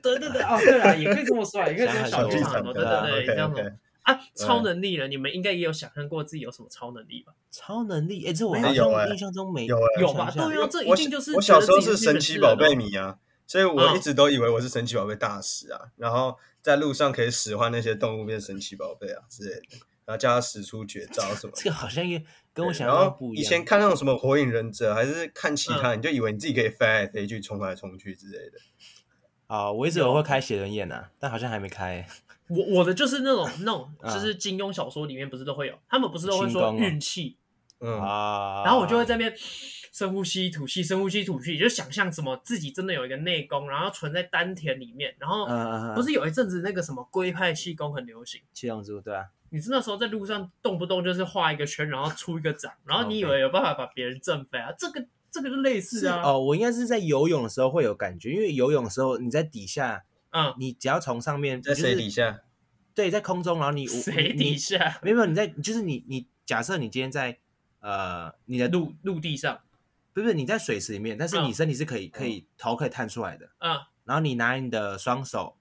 [SPEAKER 1] 对对对，哦，对了，也可以这么说啊，也可以这么
[SPEAKER 2] 想
[SPEAKER 1] 小
[SPEAKER 2] 很
[SPEAKER 1] 剧
[SPEAKER 2] 多
[SPEAKER 1] 场哦，对
[SPEAKER 2] 啊
[SPEAKER 1] 对对，这样
[SPEAKER 3] OK，OK
[SPEAKER 1] 子啊，超能力人，你们应该也有想象过自己有什么超能力吧？
[SPEAKER 2] 超能力。哎，这我
[SPEAKER 3] 没
[SPEAKER 2] 好
[SPEAKER 3] 有
[SPEAKER 2] 像
[SPEAKER 3] 欸
[SPEAKER 2] 印象中没
[SPEAKER 3] 有欸
[SPEAKER 1] 有吧
[SPEAKER 2] 我想一下
[SPEAKER 1] 对啊这
[SPEAKER 3] 我
[SPEAKER 1] 一定就是
[SPEAKER 3] 我小时候是
[SPEAKER 1] 觉得
[SPEAKER 3] 神
[SPEAKER 1] 自己是
[SPEAKER 3] 奇
[SPEAKER 1] 日本
[SPEAKER 3] 宝
[SPEAKER 1] 人
[SPEAKER 3] 贝迷啊，所以我
[SPEAKER 1] 哦嗯
[SPEAKER 3] 一直都以为我是神奇宝贝大使啊，然后在路上可以使唤那些动物变神奇宝贝啊之类的，然后叫他使出绝招什么的
[SPEAKER 2] 这。个好像也跟我想
[SPEAKER 3] 然
[SPEAKER 2] 象
[SPEAKER 3] 后
[SPEAKER 2] 中不一
[SPEAKER 3] 以前
[SPEAKER 2] 样。
[SPEAKER 3] 看那种什么火影忍者，还是看其他，
[SPEAKER 1] 嗯
[SPEAKER 3] 你就以为你自己可以飞来飞去、冲来冲去之类的。
[SPEAKER 2] 啊，我一直有会开写轮眼啊，但好像还没开欸。
[SPEAKER 1] 我我的就是那种那种，
[SPEAKER 2] 啊
[SPEAKER 1] 就是金庸小说里面不是都会有，他们不是都会
[SPEAKER 2] 轻
[SPEAKER 1] 说
[SPEAKER 2] 功哦
[SPEAKER 1] 运气，
[SPEAKER 3] 嗯，
[SPEAKER 2] 啊，
[SPEAKER 1] 然后我就会在那边深呼吸吐气，深呼吸吐气，就想象什么自己真的有一个内功，然后存在丹田里面。然后
[SPEAKER 2] 嗯嗯嗯
[SPEAKER 1] 不是有一阵子那个什么龟派气功很流行，
[SPEAKER 2] 七龙珠对啊吧？
[SPEAKER 1] 你是那时候在路上动不动就是画一个圈，然后出一个掌，然后你以
[SPEAKER 2] OK
[SPEAKER 1] 为有办法把别人震飞啊？这个这个就类似啊，
[SPEAKER 2] 哦，我应该是在游泳的时候会有感觉，因为游泳的时候你在底下，
[SPEAKER 1] 嗯，
[SPEAKER 2] 你只要从上面
[SPEAKER 3] 在
[SPEAKER 2] 就
[SPEAKER 3] 水
[SPEAKER 2] 是
[SPEAKER 3] 底下，
[SPEAKER 2] 对，在空中，然后 你
[SPEAKER 1] 水
[SPEAKER 2] 你
[SPEAKER 1] 底下、
[SPEAKER 2] 没有没有你在，就是你你假设你今天在呃你的
[SPEAKER 1] 陆陆地上，
[SPEAKER 2] 不是你在水池里面，但是你
[SPEAKER 1] 嗯
[SPEAKER 2] 身体是可以、可以头可以探出来的，
[SPEAKER 1] 嗯
[SPEAKER 2] 然后你拿你的双手，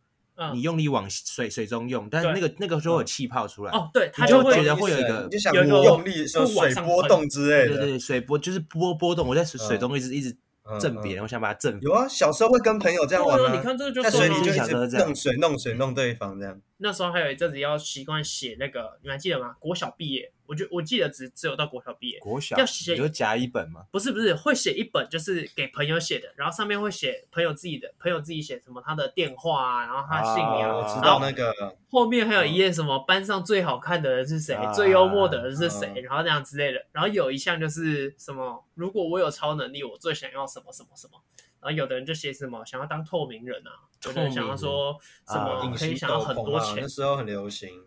[SPEAKER 2] 你
[SPEAKER 1] 嗯，
[SPEAKER 2] 用力往水水中用，但是那
[SPEAKER 1] 对
[SPEAKER 2] 个那个时候有气泡出来，
[SPEAKER 1] 哦，对，他
[SPEAKER 2] 你就
[SPEAKER 1] 会
[SPEAKER 2] 觉得会有一个
[SPEAKER 3] 你就想
[SPEAKER 1] 有一个
[SPEAKER 3] 用力什么
[SPEAKER 1] 往
[SPEAKER 3] 水
[SPEAKER 1] 上
[SPEAKER 3] 波
[SPEAKER 1] 喷
[SPEAKER 3] 动之
[SPEAKER 2] 对
[SPEAKER 3] 类
[SPEAKER 2] 对
[SPEAKER 3] 的
[SPEAKER 2] 对，水波就是波波动，我在水、水中一直一直
[SPEAKER 3] 嗯，
[SPEAKER 2] 震
[SPEAKER 3] 嗯
[SPEAKER 2] 别人，我想把它震
[SPEAKER 3] 有啊，小时候会跟朋友这样玩
[SPEAKER 1] 对啊，你
[SPEAKER 3] 啊，
[SPEAKER 1] 看这个就
[SPEAKER 3] 在
[SPEAKER 1] 说
[SPEAKER 3] 水
[SPEAKER 1] 嘛
[SPEAKER 3] 里就一直
[SPEAKER 2] 小时候这样
[SPEAKER 3] 弄水、弄水、弄对方这样。
[SPEAKER 1] 那时候还有一阵子要习惯写那个，你们还记得吗？国小毕业，我就我记得只只有到国小毕业，
[SPEAKER 2] 国小
[SPEAKER 1] 要写
[SPEAKER 2] 你就甲乙本嘛，
[SPEAKER 1] 不是不是会写一本，就是给朋友写的，然后上面会写朋友自己的，朋友自己写什么他的电话啊，然后他姓名
[SPEAKER 2] 啊
[SPEAKER 1] 啊，
[SPEAKER 3] 哦我知
[SPEAKER 1] 然
[SPEAKER 3] 道
[SPEAKER 1] 后
[SPEAKER 3] 那个，
[SPEAKER 1] 后面还有
[SPEAKER 3] 嗯
[SPEAKER 1] 一页什么班上最好看的人是谁，
[SPEAKER 2] 啊
[SPEAKER 1] 最幽默的人是谁，
[SPEAKER 3] 嗯
[SPEAKER 1] 然后那样之类的。然后有一项就是什么，如果我有超能力，我最想要什么什么什么。然后有的人就写什么想要当透明人啊，有的人想要说什
[SPEAKER 2] 啊
[SPEAKER 1] 么
[SPEAKER 3] 隐
[SPEAKER 1] 可以
[SPEAKER 3] 形
[SPEAKER 1] 想要
[SPEAKER 3] 斗
[SPEAKER 1] 很
[SPEAKER 3] 篷
[SPEAKER 1] 多
[SPEAKER 3] 啊，
[SPEAKER 1] 钱
[SPEAKER 3] 那，时候很流行。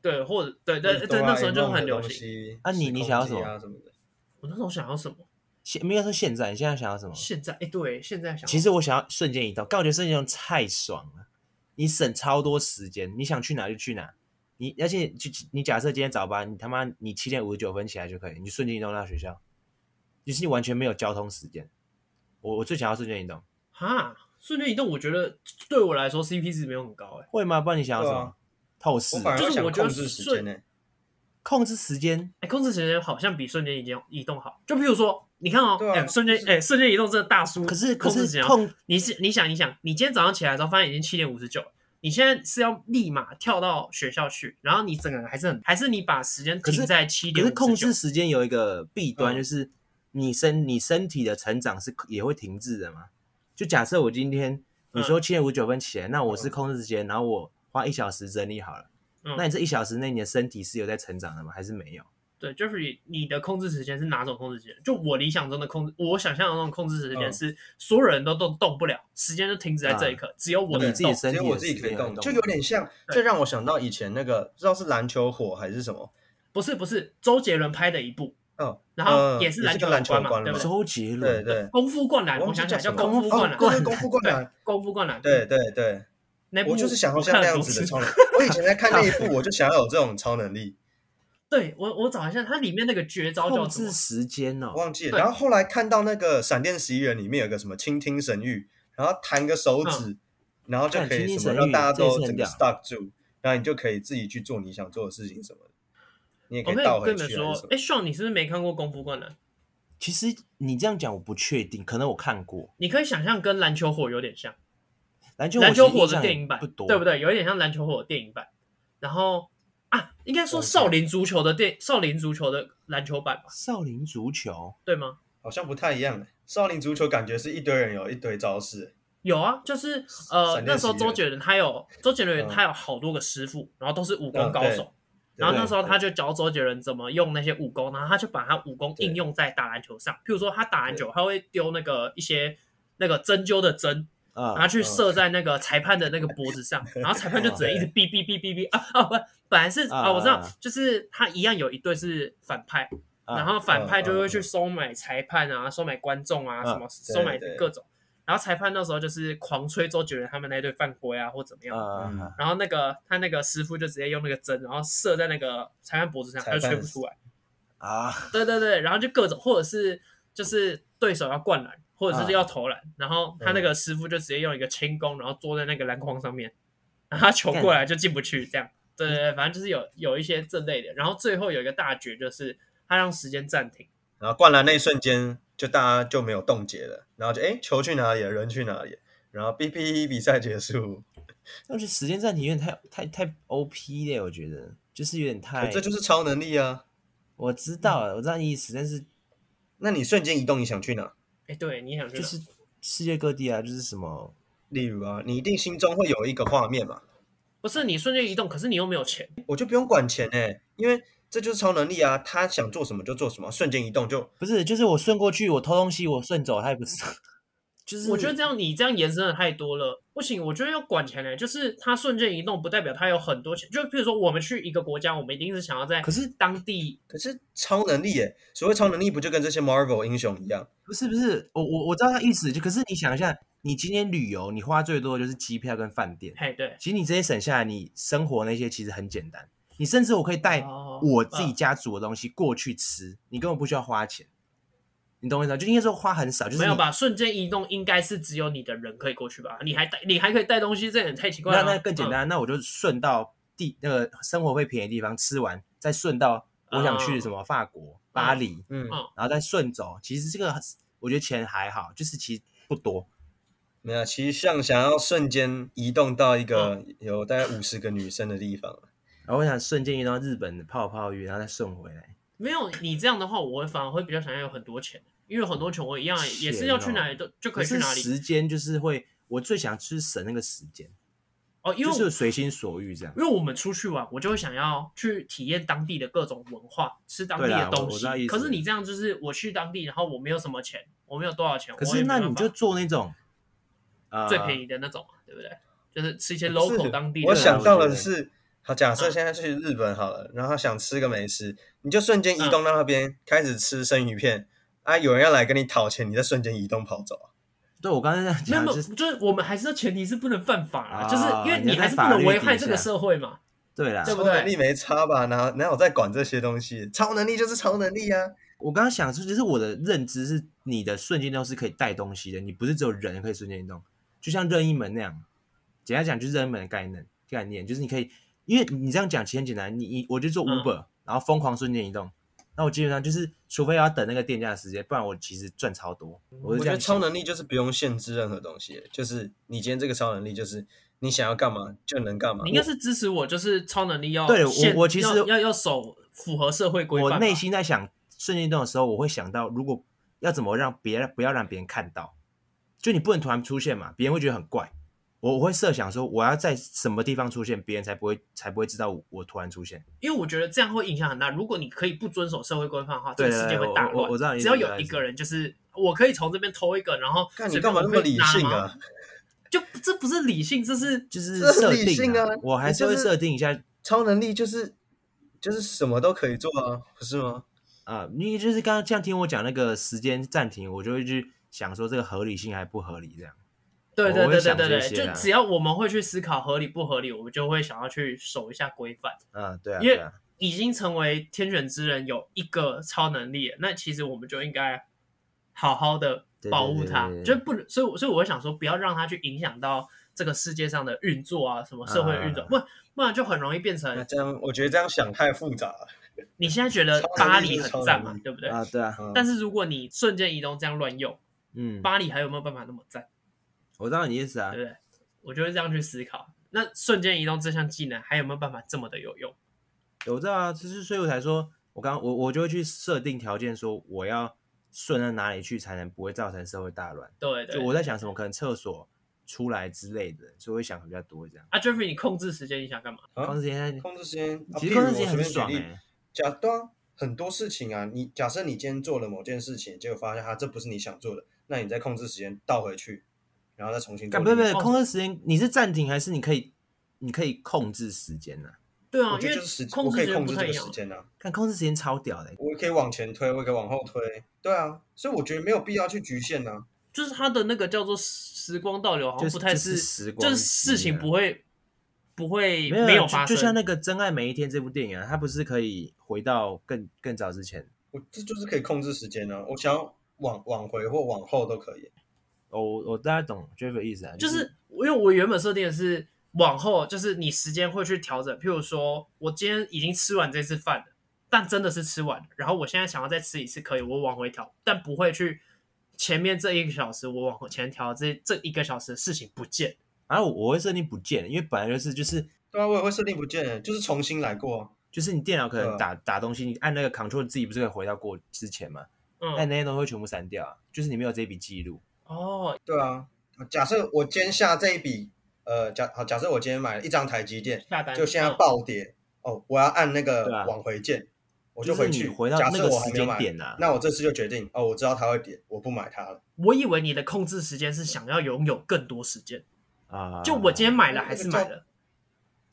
[SPEAKER 1] 对，或者对对
[SPEAKER 3] 哆
[SPEAKER 1] 对，
[SPEAKER 3] 啦
[SPEAKER 1] 那时候
[SPEAKER 3] A
[SPEAKER 1] 就
[SPEAKER 3] 梦
[SPEAKER 1] 很
[SPEAKER 3] 的
[SPEAKER 1] 流
[SPEAKER 3] 东
[SPEAKER 1] 行。
[SPEAKER 3] 西
[SPEAKER 2] 啊你你想要什么
[SPEAKER 3] 时空机啊什么的？
[SPEAKER 1] 我那时候想要什么？
[SPEAKER 2] 现应该说现在，你现在想要
[SPEAKER 3] 嗯
[SPEAKER 2] 什么？
[SPEAKER 1] 现在哎，对，现在想
[SPEAKER 2] 其实我想要瞬间移动，但我觉得瞬间移动太爽了，你省超多时间，你想去哪就去哪。你而且就你假设今天早班，你他妈你七点五十九分起来就可以，你瞬间移动到学校，就是你完全没有交通时间。我我最想要瞬间移动，
[SPEAKER 1] 哈，瞬间移动，我觉得对我来说 CP 值没有很高哎
[SPEAKER 2] 会吗？不然你想要什么？
[SPEAKER 3] 对啊
[SPEAKER 2] 透视
[SPEAKER 3] 我反而
[SPEAKER 1] 就是
[SPEAKER 3] 想
[SPEAKER 1] 我觉得
[SPEAKER 3] 控制时
[SPEAKER 1] 顺
[SPEAKER 3] 间呢。
[SPEAKER 2] 控制时间，
[SPEAKER 1] 哎，控制时间好像比瞬间移动移动好。就比如说，你看哦，
[SPEAKER 3] 对啊
[SPEAKER 1] 哎，瞬间
[SPEAKER 3] 就是
[SPEAKER 1] 哎，瞬间移动真的大叔，
[SPEAKER 2] 可是可
[SPEAKER 1] 控制时
[SPEAKER 2] 是
[SPEAKER 1] 间好哦
[SPEAKER 2] 控
[SPEAKER 1] 你是你想你想，你今天早上起来的时候发现已经七点五十九，你现在是要立马跳到学校去，然后你整个人还是很，还是你把时间
[SPEAKER 2] 可是
[SPEAKER 1] 停在七
[SPEAKER 2] 可
[SPEAKER 1] 点五
[SPEAKER 2] 是
[SPEAKER 1] 十九？
[SPEAKER 2] 控制时间有一个弊端，
[SPEAKER 3] 嗯
[SPEAKER 2] 就是你身你身体的成长是也会停滞的嘛。就假设我今天你
[SPEAKER 1] 嗯
[SPEAKER 2] 说七点五九分起来，那我是控制时间，然后我花一小时整理好了。
[SPEAKER 1] 嗯
[SPEAKER 2] 那你这一小时内，你的身体是有在成长的吗？还是没有？
[SPEAKER 1] 对，Jeffrey，你的控制时间是哪种控制时间？就我理想中的控制，我想象的那种控制时间
[SPEAKER 3] 嗯
[SPEAKER 1] 是所有人都动动不了，时间就停止在这一刻，只有我
[SPEAKER 2] 那
[SPEAKER 1] 能
[SPEAKER 2] 啊你自己
[SPEAKER 1] 动。
[SPEAKER 2] 身
[SPEAKER 3] 只
[SPEAKER 2] 体
[SPEAKER 3] 有
[SPEAKER 2] 的
[SPEAKER 3] 哦我自己可以
[SPEAKER 2] 时间
[SPEAKER 3] 动，
[SPEAKER 2] 动
[SPEAKER 3] 就有点像，
[SPEAKER 1] 啊对
[SPEAKER 3] 这让我想到以前那个，不知道是篮球火还是什么，
[SPEAKER 1] 不是不是，周杰伦拍的一部，
[SPEAKER 3] 嗯，
[SPEAKER 1] 然后
[SPEAKER 3] 嗯
[SPEAKER 1] 也是
[SPEAKER 3] 也是
[SPEAKER 1] 篮球
[SPEAKER 3] 跟篮球
[SPEAKER 1] 有
[SPEAKER 3] 有关
[SPEAKER 1] 嘛，对
[SPEAKER 3] 嘛
[SPEAKER 1] 不对？
[SPEAKER 2] 周杰
[SPEAKER 3] 对
[SPEAKER 2] 伦，
[SPEAKER 3] 对，
[SPEAKER 1] 功夫灌篮，
[SPEAKER 3] 我
[SPEAKER 1] 我
[SPEAKER 3] 忘记
[SPEAKER 1] 想起
[SPEAKER 3] 叫
[SPEAKER 1] 来叫
[SPEAKER 3] 什么
[SPEAKER 1] 功夫灌
[SPEAKER 3] 哦
[SPEAKER 1] 篮，
[SPEAKER 3] 对，功夫灌篮，
[SPEAKER 1] 功夫灌篮，
[SPEAKER 3] 对对对，
[SPEAKER 1] 那部
[SPEAKER 3] 我就是想要
[SPEAKER 1] 我
[SPEAKER 3] 像
[SPEAKER 1] 看
[SPEAKER 3] 那
[SPEAKER 1] 了
[SPEAKER 3] 样
[SPEAKER 1] 多
[SPEAKER 3] 子
[SPEAKER 1] 次
[SPEAKER 3] 的超 能力。我以前在看那一部，我就想要有这种超能力，
[SPEAKER 1] 对我我找一下，它里面那个绝招
[SPEAKER 2] 控
[SPEAKER 1] 叫什么
[SPEAKER 2] 制？时间哦
[SPEAKER 3] 我。忘记了。
[SPEAKER 1] 对
[SPEAKER 3] 然后后来看到那个《闪电十一人》里面有个什么倾听神谕，然后弹个手
[SPEAKER 1] 嗯
[SPEAKER 3] 指，然后就可
[SPEAKER 2] 看倾
[SPEAKER 3] 以
[SPEAKER 2] 听
[SPEAKER 3] 什么
[SPEAKER 2] 神
[SPEAKER 3] 让
[SPEAKER 2] 谕
[SPEAKER 3] 大家
[SPEAKER 2] 这也
[SPEAKER 3] 都
[SPEAKER 2] 是
[SPEAKER 3] 整
[SPEAKER 2] 很
[SPEAKER 3] 个
[SPEAKER 2] 屌
[SPEAKER 3] stuck 住，然后你就可以自己去做你想做的事情什么的，你也可
[SPEAKER 1] 我
[SPEAKER 3] 以
[SPEAKER 1] 跟
[SPEAKER 3] 倒
[SPEAKER 1] 你
[SPEAKER 3] 回
[SPEAKER 1] 跟你
[SPEAKER 3] 去啊
[SPEAKER 1] 们
[SPEAKER 3] 还是
[SPEAKER 1] 说
[SPEAKER 3] 什么，
[SPEAKER 1] 哎，Sean，你是不是没看过功夫灌篮？
[SPEAKER 2] 其实你这样讲我不确定，可能我看过
[SPEAKER 1] 你可以想象跟篮球火有点像。
[SPEAKER 2] 篮球
[SPEAKER 1] 篮球火的
[SPEAKER 2] 的
[SPEAKER 1] 电影版
[SPEAKER 2] 不，多，
[SPEAKER 1] 对不？对？有一点像篮球火的电影版，然后啊，应该说
[SPEAKER 3] 哦
[SPEAKER 1] 少林足球的电，少林足球的篮球版吧，
[SPEAKER 2] 少林足球
[SPEAKER 1] 对吗？
[SPEAKER 3] 好像不太一样。欸少林足球感觉是一堆人有一堆招式，欸
[SPEAKER 1] 有啊，就是呃
[SPEAKER 3] 闪电
[SPEAKER 1] 那时候
[SPEAKER 3] 十一人
[SPEAKER 1] 周杰伦他有周杰伦
[SPEAKER 3] 嗯
[SPEAKER 1] 他有好多个师傅，然后都是武功
[SPEAKER 3] 嗯
[SPEAKER 1] 高
[SPEAKER 3] 对
[SPEAKER 1] 手，然后那时候
[SPEAKER 3] 对
[SPEAKER 1] 他就教周杰伦怎么用那些武功，然后他就把他武功
[SPEAKER 3] 对
[SPEAKER 1] 应用在打篮球上，譬如说他打篮球他会丢那个一些那个针灸的针，然
[SPEAKER 2] 啊
[SPEAKER 1] 后，去射在那个裁判的那个脖子上，然后裁判就只能一直哔哔哔哔哔啊啊不，本来是啊我知道
[SPEAKER 2] 啊，
[SPEAKER 1] 就是他一样有一对是反派，
[SPEAKER 2] 呃
[SPEAKER 3] 啊
[SPEAKER 1] 然后反派就会去收买裁判啊，收买观众啊，
[SPEAKER 2] 嗯
[SPEAKER 1] 什么
[SPEAKER 3] 对
[SPEAKER 1] 收买
[SPEAKER 3] 对
[SPEAKER 1] 各种，然后裁判那时候就是狂吹周杰伦他们那队犯规啊或怎么样，
[SPEAKER 3] 嗯
[SPEAKER 2] 啊，
[SPEAKER 1] 然后那个他那个师傅就直接用那个针，然后射在那个裁判脖子上，
[SPEAKER 3] 裁
[SPEAKER 1] 他就
[SPEAKER 3] 判
[SPEAKER 1] 吹不出来。
[SPEAKER 2] 啊，
[SPEAKER 1] 对对对，然后就各种，或者是就是对手要灌篮，或
[SPEAKER 3] 啊
[SPEAKER 1] 者是要投篮，然后他
[SPEAKER 3] 嗯
[SPEAKER 1] 那个师傅就直接用一个轻功，然后坐在那个篮筐上面，然后他球过来就进不去，这样。对对对，反正就是有有一些这类的，然后最后有一个大绝就是他让时间暂停，
[SPEAKER 3] 然后灌篮那一瞬间，就大家就没有冻结了，然后就哎球去哪里了，人去哪里了，然后 B P 比赛结束，
[SPEAKER 2] 我觉得时间暂停有点太太太 O P 了，我觉得就是有点太。
[SPEAKER 3] 哦这就是超能力啊！
[SPEAKER 2] 我知道了，我知道你意思，但是
[SPEAKER 3] 那你瞬间移动，你想去哪？
[SPEAKER 1] 哎，对，你
[SPEAKER 3] 啊
[SPEAKER 1] 想去哪
[SPEAKER 2] 就是世界各地啊，就是什么
[SPEAKER 3] 例如啊，你一定心中会有一个画面嘛，
[SPEAKER 1] 不是你瞬间移动，可是你又没有钱，
[SPEAKER 3] 我就不用管钱哎、因为这就是超能力啊！他想做什么就做什么，瞬间移动就
[SPEAKER 2] 不是，就是我顺过去，我偷东西，我顺走，他也不是，就是
[SPEAKER 1] 我觉得这样你这样延伸的太多了，不行，我觉得要管钱嘞、就是他瞬间移动不代表他有很多钱，就比如说我们去一个国家，我们一定是想要在
[SPEAKER 2] 可是
[SPEAKER 1] 当地
[SPEAKER 3] 可是超能力哎、所谓超能力不就跟这些 Marvel 英雄一样？
[SPEAKER 2] 不是不是，我我我知道他意思，就可是你想一下，你今天旅游，你花最多的就是机票跟饭店，
[SPEAKER 1] 嘿对。
[SPEAKER 2] 其实你这些省下来，你生活那些其实很简单，你甚至我可以带
[SPEAKER 1] 哦
[SPEAKER 2] 哎我自己
[SPEAKER 1] 嗯
[SPEAKER 2] 家煮的东西过去吃，你根本不需要花钱，你懂我意思吗？就应该说花很少，就是
[SPEAKER 1] 没
[SPEAKER 2] 你
[SPEAKER 1] 有吧？瞬间移动应该是只有你的人可以过去吧？你还带你还可以带东西，这也太奇怪了
[SPEAKER 2] 那
[SPEAKER 1] 啊。
[SPEAKER 2] 那更简单，那我就顺道地那个生活费便宜的地方吃完，再顺道我想去什么法国、巴黎，
[SPEAKER 3] 嗯
[SPEAKER 1] 嗯
[SPEAKER 2] 然后再顺走。其实这个我觉得钱还好，就是其实不多。
[SPEAKER 3] 没有，啊
[SPEAKER 1] 嗯
[SPEAKER 3] 其实像想要瞬间移动到一个有大概五十个女生的地方，
[SPEAKER 2] 然后我想瞬间遇到日本的泡泡浴，然后再送回来。
[SPEAKER 1] 没有你这样的话，我反而会比较想要有很多钱，因为有很多钱我一样也是要去哪里都就可以去
[SPEAKER 2] 哦是
[SPEAKER 1] 哪里
[SPEAKER 2] 时间就是会，我最想就是省那个时间，
[SPEAKER 1] 哦，因为
[SPEAKER 2] 就
[SPEAKER 1] 我
[SPEAKER 2] 是随心所欲这样
[SPEAKER 1] 因。为我们出去玩，我就会想要去体验当地的各种文化，吃当地
[SPEAKER 2] 对
[SPEAKER 1] 的
[SPEAKER 2] 啦
[SPEAKER 1] 东
[SPEAKER 2] 我我
[SPEAKER 1] 西
[SPEAKER 2] 知道意。思
[SPEAKER 1] 可是你这样就是我去当地，然后我没有什么钱，我没有多少钱，
[SPEAKER 2] 可
[SPEAKER 1] 我也没
[SPEAKER 2] 是那
[SPEAKER 1] 办
[SPEAKER 2] 你
[SPEAKER 1] 法
[SPEAKER 2] 就做那种，呃，
[SPEAKER 1] 最便宜的那种嘛，对不对？就是吃一些
[SPEAKER 3] 不是
[SPEAKER 1] local 当地的。
[SPEAKER 3] 我想到
[SPEAKER 2] 我
[SPEAKER 3] 的
[SPEAKER 2] 觉得
[SPEAKER 3] 是，好，假设
[SPEAKER 1] 嗯
[SPEAKER 3] 现在去日本好了，然后想吃个美食，你就瞬间
[SPEAKER 1] 嗯
[SPEAKER 3] 移动到那边、开始吃生鱼片啊，有人要来跟你讨钱，你再瞬间移动跑走。
[SPEAKER 2] 呃对我刚才在
[SPEAKER 1] 没有
[SPEAKER 2] 讲
[SPEAKER 1] 没有，
[SPEAKER 2] 就是
[SPEAKER 1] 就是我们还是要前提是不能犯法啊，
[SPEAKER 2] 啊
[SPEAKER 1] 就是因为
[SPEAKER 2] 你要
[SPEAKER 1] 你还是
[SPEAKER 2] 在
[SPEAKER 1] 不
[SPEAKER 2] 法
[SPEAKER 1] 能
[SPEAKER 2] 律
[SPEAKER 1] 危
[SPEAKER 2] 底
[SPEAKER 1] 害这个
[SPEAKER 2] 下
[SPEAKER 1] 社会嘛。
[SPEAKER 2] 对啦，
[SPEAKER 1] 对不
[SPEAKER 3] 超
[SPEAKER 1] 对
[SPEAKER 3] 能力没差吧？哪哪有在管这些东西？超能力就是超能力啊！
[SPEAKER 2] 我刚刚想说，就是我的认知是，你的瞬间移动是可以带东西的，你不是只有人可以瞬间移动，就像任意门那样。简单讲，就是任意门的概念概念，就是你可以，因为你这样讲其实很简单，你你我就做
[SPEAKER 1] 嗯
[SPEAKER 2] Uber，、然后疯狂瞬间移动，那我基本上就是，除非要等那个店家的时间，不然我其实赚超多。我
[SPEAKER 3] 我
[SPEAKER 2] 是这
[SPEAKER 3] 觉得
[SPEAKER 2] 样想
[SPEAKER 3] 超能力就是不用限制任何东西，就是你今天这个超能力就是你想要干嘛就能干嘛
[SPEAKER 1] 你。应该是支持我，就是超能力要
[SPEAKER 2] 对我
[SPEAKER 1] 限
[SPEAKER 2] 我其实
[SPEAKER 1] 要要要守符合社会规范吧。
[SPEAKER 2] 我内心在想瞬间移动的时候，我会想到如果要怎么让别人不要让别人看到，就你不能突然出现嘛，别人会觉得很怪。我我会设想说，我要在什么地方出现，别人才不会才不会知道我我突然出现。
[SPEAKER 1] 因为我觉得这样会影响很大。如果你可以不遵守社会规范的话，这
[SPEAKER 2] 对
[SPEAKER 1] 个世界会大
[SPEAKER 2] 我
[SPEAKER 1] 乱。
[SPEAKER 2] 我我知道你
[SPEAKER 1] 只要
[SPEAKER 2] 意思
[SPEAKER 1] 有一个人，就是我可以从这边偷一个，然后
[SPEAKER 3] 看你
[SPEAKER 1] 随便
[SPEAKER 3] 干嘛那么
[SPEAKER 1] 我可以
[SPEAKER 3] 理
[SPEAKER 1] 拿
[SPEAKER 3] 性
[SPEAKER 1] 吗？
[SPEAKER 3] 啊？
[SPEAKER 1] 就这不是理性，这是
[SPEAKER 2] 就是
[SPEAKER 3] 这很
[SPEAKER 2] 设
[SPEAKER 3] 理
[SPEAKER 2] 定、
[SPEAKER 3] 性啊
[SPEAKER 2] 我还是
[SPEAKER 3] 你
[SPEAKER 2] 会
[SPEAKER 3] 就是
[SPEAKER 2] 设定一下
[SPEAKER 3] 超能力就是就是什么都可以做啊，不是吗？
[SPEAKER 2] 啊、你就是刚刚这样听我讲那个时间暂停，我就会去想说这个合理性还不合理这样。
[SPEAKER 1] 对对
[SPEAKER 2] 我会
[SPEAKER 1] 对对
[SPEAKER 2] 想
[SPEAKER 1] 对
[SPEAKER 2] 这
[SPEAKER 1] 对，
[SPEAKER 2] 些
[SPEAKER 1] 就
[SPEAKER 2] 啦
[SPEAKER 1] 只要我们会去思考合理不合理，我们就会想要去守一下规范。
[SPEAKER 2] 嗯，对啊，
[SPEAKER 1] 因为
[SPEAKER 2] 对啊，
[SPEAKER 1] 已经成为天选之人，有一个超能力了，那其实我们就应该好好的保护他，
[SPEAKER 2] 对对对对对
[SPEAKER 1] 就不能，所以我所以我会想说，不要让他去影响到这个世界上的运作啊，什么社会的运作，
[SPEAKER 2] 啊
[SPEAKER 1] 不不然就很容易变
[SPEAKER 2] 哎
[SPEAKER 3] 那
[SPEAKER 1] 成
[SPEAKER 3] 这样我觉得这样想太复杂了。
[SPEAKER 1] 你现在觉得
[SPEAKER 3] 超
[SPEAKER 1] 巴
[SPEAKER 3] 能力
[SPEAKER 1] 黎
[SPEAKER 3] 就是超
[SPEAKER 1] 很赞嘛
[SPEAKER 3] 能力，
[SPEAKER 1] 对不对？
[SPEAKER 2] 啊，对啊，
[SPEAKER 3] 嗯
[SPEAKER 1] 但是如果你瞬间移动这样乱用，
[SPEAKER 2] 嗯，
[SPEAKER 1] 巴黎还有没有办法那么赞，
[SPEAKER 2] 我知道你意思啊
[SPEAKER 1] 对，不对？我就会这样去思考，那瞬间移动这项技能还有没有办法这么的有用？
[SPEAKER 2] 我知道啊，就是所以我才说，我刚我我就会去设定条件，说我要顺到哪里去才能不会造成社会大乱。
[SPEAKER 1] 对对
[SPEAKER 2] 就我在想什么，可能厕所出来之类的，所以我会想比较多这样。
[SPEAKER 1] 啊，Jeffrey，你控制时间你想干嘛？
[SPEAKER 3] 啊
[SPEAKER 2] 光之前
[SPEAKER 3] 控制时间，啊
[SPEAKER 2] 其
[SPEAKER 3] 譬
[SPEAKER 2] 实
[SPEAKER 3] 如
[SPEAKER 2] 光
[SPEAKER 3] 我
[SPEAKER 2] 之前
[SPEAKER 3] 随
[SPEAKER 2] 很
[SPEAKER 3] 便举
[SPEAKER 2] 爽哎、
[SPEAKER 3] 例，假对啊，很多事情啊，你假设你今天做了某件事情，结果发现啊它这不是你想做的，那你再控制时间倒回去，然后再重新做
[SPEAKER 2] 干
[SPEAKER 3] 另
[SPEAKER 2] 不
[SPEAKER 3] 一
[SPEAKER 2] 是
[SPEAKER 3] 个。
[SPEAKER 2] 不是，控制时间你是暂停还是你可以你可以控制时间呢、啊？
[SPEAKER 1] 对啊
[SPEAKER 3] 我，
[SPEAKER 1] 因
[SPEAKER 3] 觉
[SPEAKER 1] 为
[SPEAKER 3] 得就是时，
[SPEAKER 1] 控
[SPEAKER 3] 我
[SPEAKER 1] 制
[SPEAKER 3] 可
[SPEAKER 1] 时
[SPEAKER 3] 以
[SPEAKER 1] 间
[SPEAKER 3] 控
[SPEAKER 1] 不
[SPEAKER 3] 制
[SPEAKER 1] 太
[SPEAKER 3] 这
[SPEAKER 1] 一
[SPEAKER 3] 个
[SPEAKER 1] 样
[SPEAKER 3] 时。间啊，
[SPEAKER 2] 看控制时间超屌的欸、
[SPEAKER 3] 我可以往前推，我也可以往后推，对啊，所以我觉得没有必要去局限啊。
[SPEAKER 1] 就是他的那个叫做时光倒流，好像
[SPEAKER 2] 就
[SPEAKER 1] 不太
[SPEAKER 2] 就是时光
[SPEAKER 1] 就是
[SPEAKER 2] 机啊
[SPEAKER 1] 事情不会不会
[SPEAKER 2] 欸
[SPEAKER 3] 啊
[SPEAKER 2] 没
[SPEAKER 1] 有
[SPEAKER 2] 就
[SPEAKER 1] 发生，
[SPEAKER 2] 就像那个《真爱每一天》这部电影啊，它不是可以回到更更早之前？
[SPEAKER 3] 我这就是可以控制时间啊，我想要往往回或往后都可以。
[SPEAKER 2] 哦我我大概懂 Jeff 意思啊，
[SPEAKER 1] 就是因为我原本设定的是往后，就是你时间会去调整，譬如说我今天已经吃完这次饭了，但真的是吃完了，然后我现在想要再吃一次可以，我往回调，但不会去前面这一个小时我往前调这这一个小时的事情不见。
[SPEAKER 2] 然后我会设定不见，因为本来就是就是
[SPEAKER 3] 对啊，我也会设定不见了，就是重新来过啊。
[SPEAKER 2] 就是你电脑可
[SPEAKER 3] 对啊
[SPEAKER 1] 嗯
[SPEAKER 2] 能打、打东西，你按那个 Control 自己不是可以回到过之前嘛？但
[SPEAKER 1] 嗯，
[SPEAKER 3] 哎
[SPEAKER 2] 那些东西会全部删掉啊，就是你没有这笔记录。
[SPEAKER 1] 哦，
[SPEAKER 3] 对啊，假设我今天下这一笔，呃，假好，假设我今天买了一张台积电，
[SPEAKER 1] 下单
[SPEAKER 3] 就现在
[SPEAKER 1] 嗯
[SPEAKER 3] 暴跌，哦，我要按那个
[SPEAKER 2] 对啊
[SPEAKER 3] 往回键，我
[SPEAKER 2] 就是
[SPEAKER 3] 回
[SPEAKER 2] 你
[SPEAKER 3] 去。
[SPEAKER 2] 回到
[SPEAKER 3] 假
[SPEAKER 2] 那
[SPEAKER 3] 设
[SPEAKER 2] 个
[SPEAKER 3] 我还
[SPEAKER 2] 时
[SPEAKER 3] 没有
[SPEAKER 2] 间
[SPEAKER 3] 买，
[SPEAKER 2] 点啊
[SPEAKER 3] 那我这次就决定，哦，我知道它会跌，我不买它了。
[SPEAKER 1] 我以为你的控制时间是想要拥有更多时间，
[SPEAKER 2] 啊，
[SPEAKER 1] 就我今天买了还是买
[SPEAKER 3] 那个
[SPEAKER 1] 了。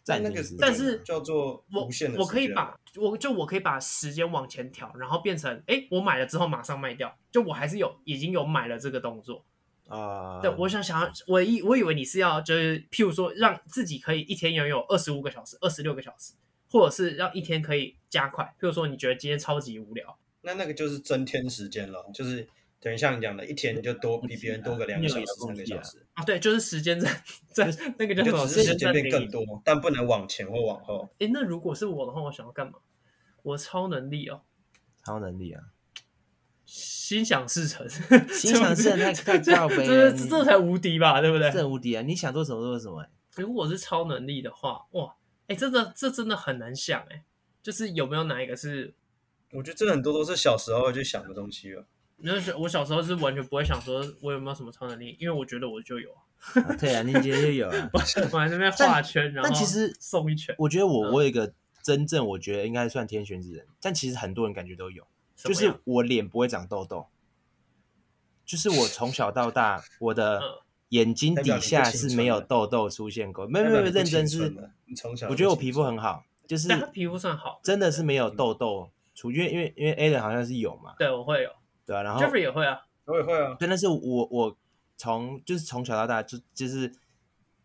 [SPEAKER 2] 暂
[SPEAKER 3] 那
[SPEAKER 2] 停
[SPEAKER 3] 个
[SPEAKER 2] 时间，
[SPEAKER 1] 但是
[SPEAKER 3] 叫做
[SPEAKER 1] 我
[SPEAKER 3] 无限的
[SPEAKER 1] 我可以
[SPEAKER 3] 时间啊
[SPEAKER 1] 把我就我可以把时间往前调，然后变成哎、诶我买了之后马上卖掉，就我还是有已经有买了这个动作。
[SPEAKER 2] 啊，
[SPEAKER 1] 对，
[SPEAKER 3] 嗯
[SPEAKER 1] 我想想要，我以我以为你是要就是譬如说让自己可以一天拥有二十五个小时、二十六个小时，或者是让一天可以加快。譬如说你觉得今天超级无聊，
[SPEAKER 3] 那那个就是增添时间了，就是等于像你讲的，一天你就多比别人多个两个小时、三个小时，
[SPEAKER 1] 啊，对，就是时间在在那个叫
[SPEAKER 3] 你
[SPEAKER 1] 什么
[SPEAKER 3] 就只是时
[SPEAKER 1] 暂
[SPEAKER 3] 间变
[SPEAKER 1] 停
[SPEAKER 3] 更多，但不能往前或往后。
[SPEAKER 1] 诶，那如果是我的话，我想要干嘛？我超能力哦，
[SPEAKER 2] 超能力啊，
[SPEAKER 1] 心想事成，
[SPEAKER 2] 心想事成太太靠
[SPEAKER 1] 这
[SPEAKER 2] 北
[SPEAKER 1] 这
[SPEAKER 2] 了
[SPEAKER 1] 这
[SPEAKER 2] 你
[SPEAKER 1] 这才无敌吧，对不对？
[SPEAKER 2] 这很无敌啊！你想做什么做什么欸、
[SPEAKER 1] 如果是超能力的话，哇，哎，真的这真的很难想哎、就是有没有哪一个是，
[SPEAKER 3] 我觉得这很多都是小时候就想的东西了。
[SPEAKER 1] 你就是我小时候是完全不会想说我有没有什么超能力，因为我觉得我就有 啊，
[SPEAKER 2] 啊对啊，你今天就有 了。
[SPEAKER 1] 我还在那边画圈，然后
[SPEAKER 2] 但其实
[SPEAKER 1] 送一嗯拳，
[SPEAKER 2] 我觉得我我有一个真正我觉得应该算天选之人，但其实很多人感觉都有，
[SPEAKER 1] 什
[SPEAKER 2] 就
[SPEAKER 1] 么
[SPEAKER 2] 是
[SPEAKER 1] 样
[SPEAKER 2] 我脸不会长痘痘，就是我从小到大我的
[SPEAKER 1] 嗯
[SPEAKER 2] 眼睛
[SPEAKER 3] 代表
[SPEAKER 2] 底
[SPEAKER 3] 你不
[SPEAKER 2] 下
[SPEAKER 3] 青
[SPEAKER 2] 是
[SPEAKER 3] 春
[SPEAKER 2] 没有
[SPEAKER 3] 了
[SPEAKER 2] 痘痘出现过，没有
[SPEAKER 3] 代
[SPEAKER 2] 没
[SPEAKER 3] 表
[SPEAKER 2] 有
[SPEAKER 3] 你不
[SPEAKER 2] 认真
[SPEAKER 3] 青
[SPEAKER 2] 是
[SPEAKER 3] 春，了你从小
[SPEAKER 2] 我觉得我
[SPEAKER 3] 不青
[SPEAKER 2] 皮肤
[SPEAKER 3] 春
[SPEAKER 2] 很好，就是
[SPEAKER 1] 但他皮肤嗯算好，
[SPEAKER 2] 真的是没有痘痘出，因为因为因为 A 人好像是有嘛，
[SPEAKER 1] 对我会有
[SPEAKER 2] 对吧、然后
[SPEAKER 1] ，Jeffrey 也会啊，
[SPEAKER 3] 我也会啊，
[SPEAKER 2] 对，但是我我从就是从小到大就就是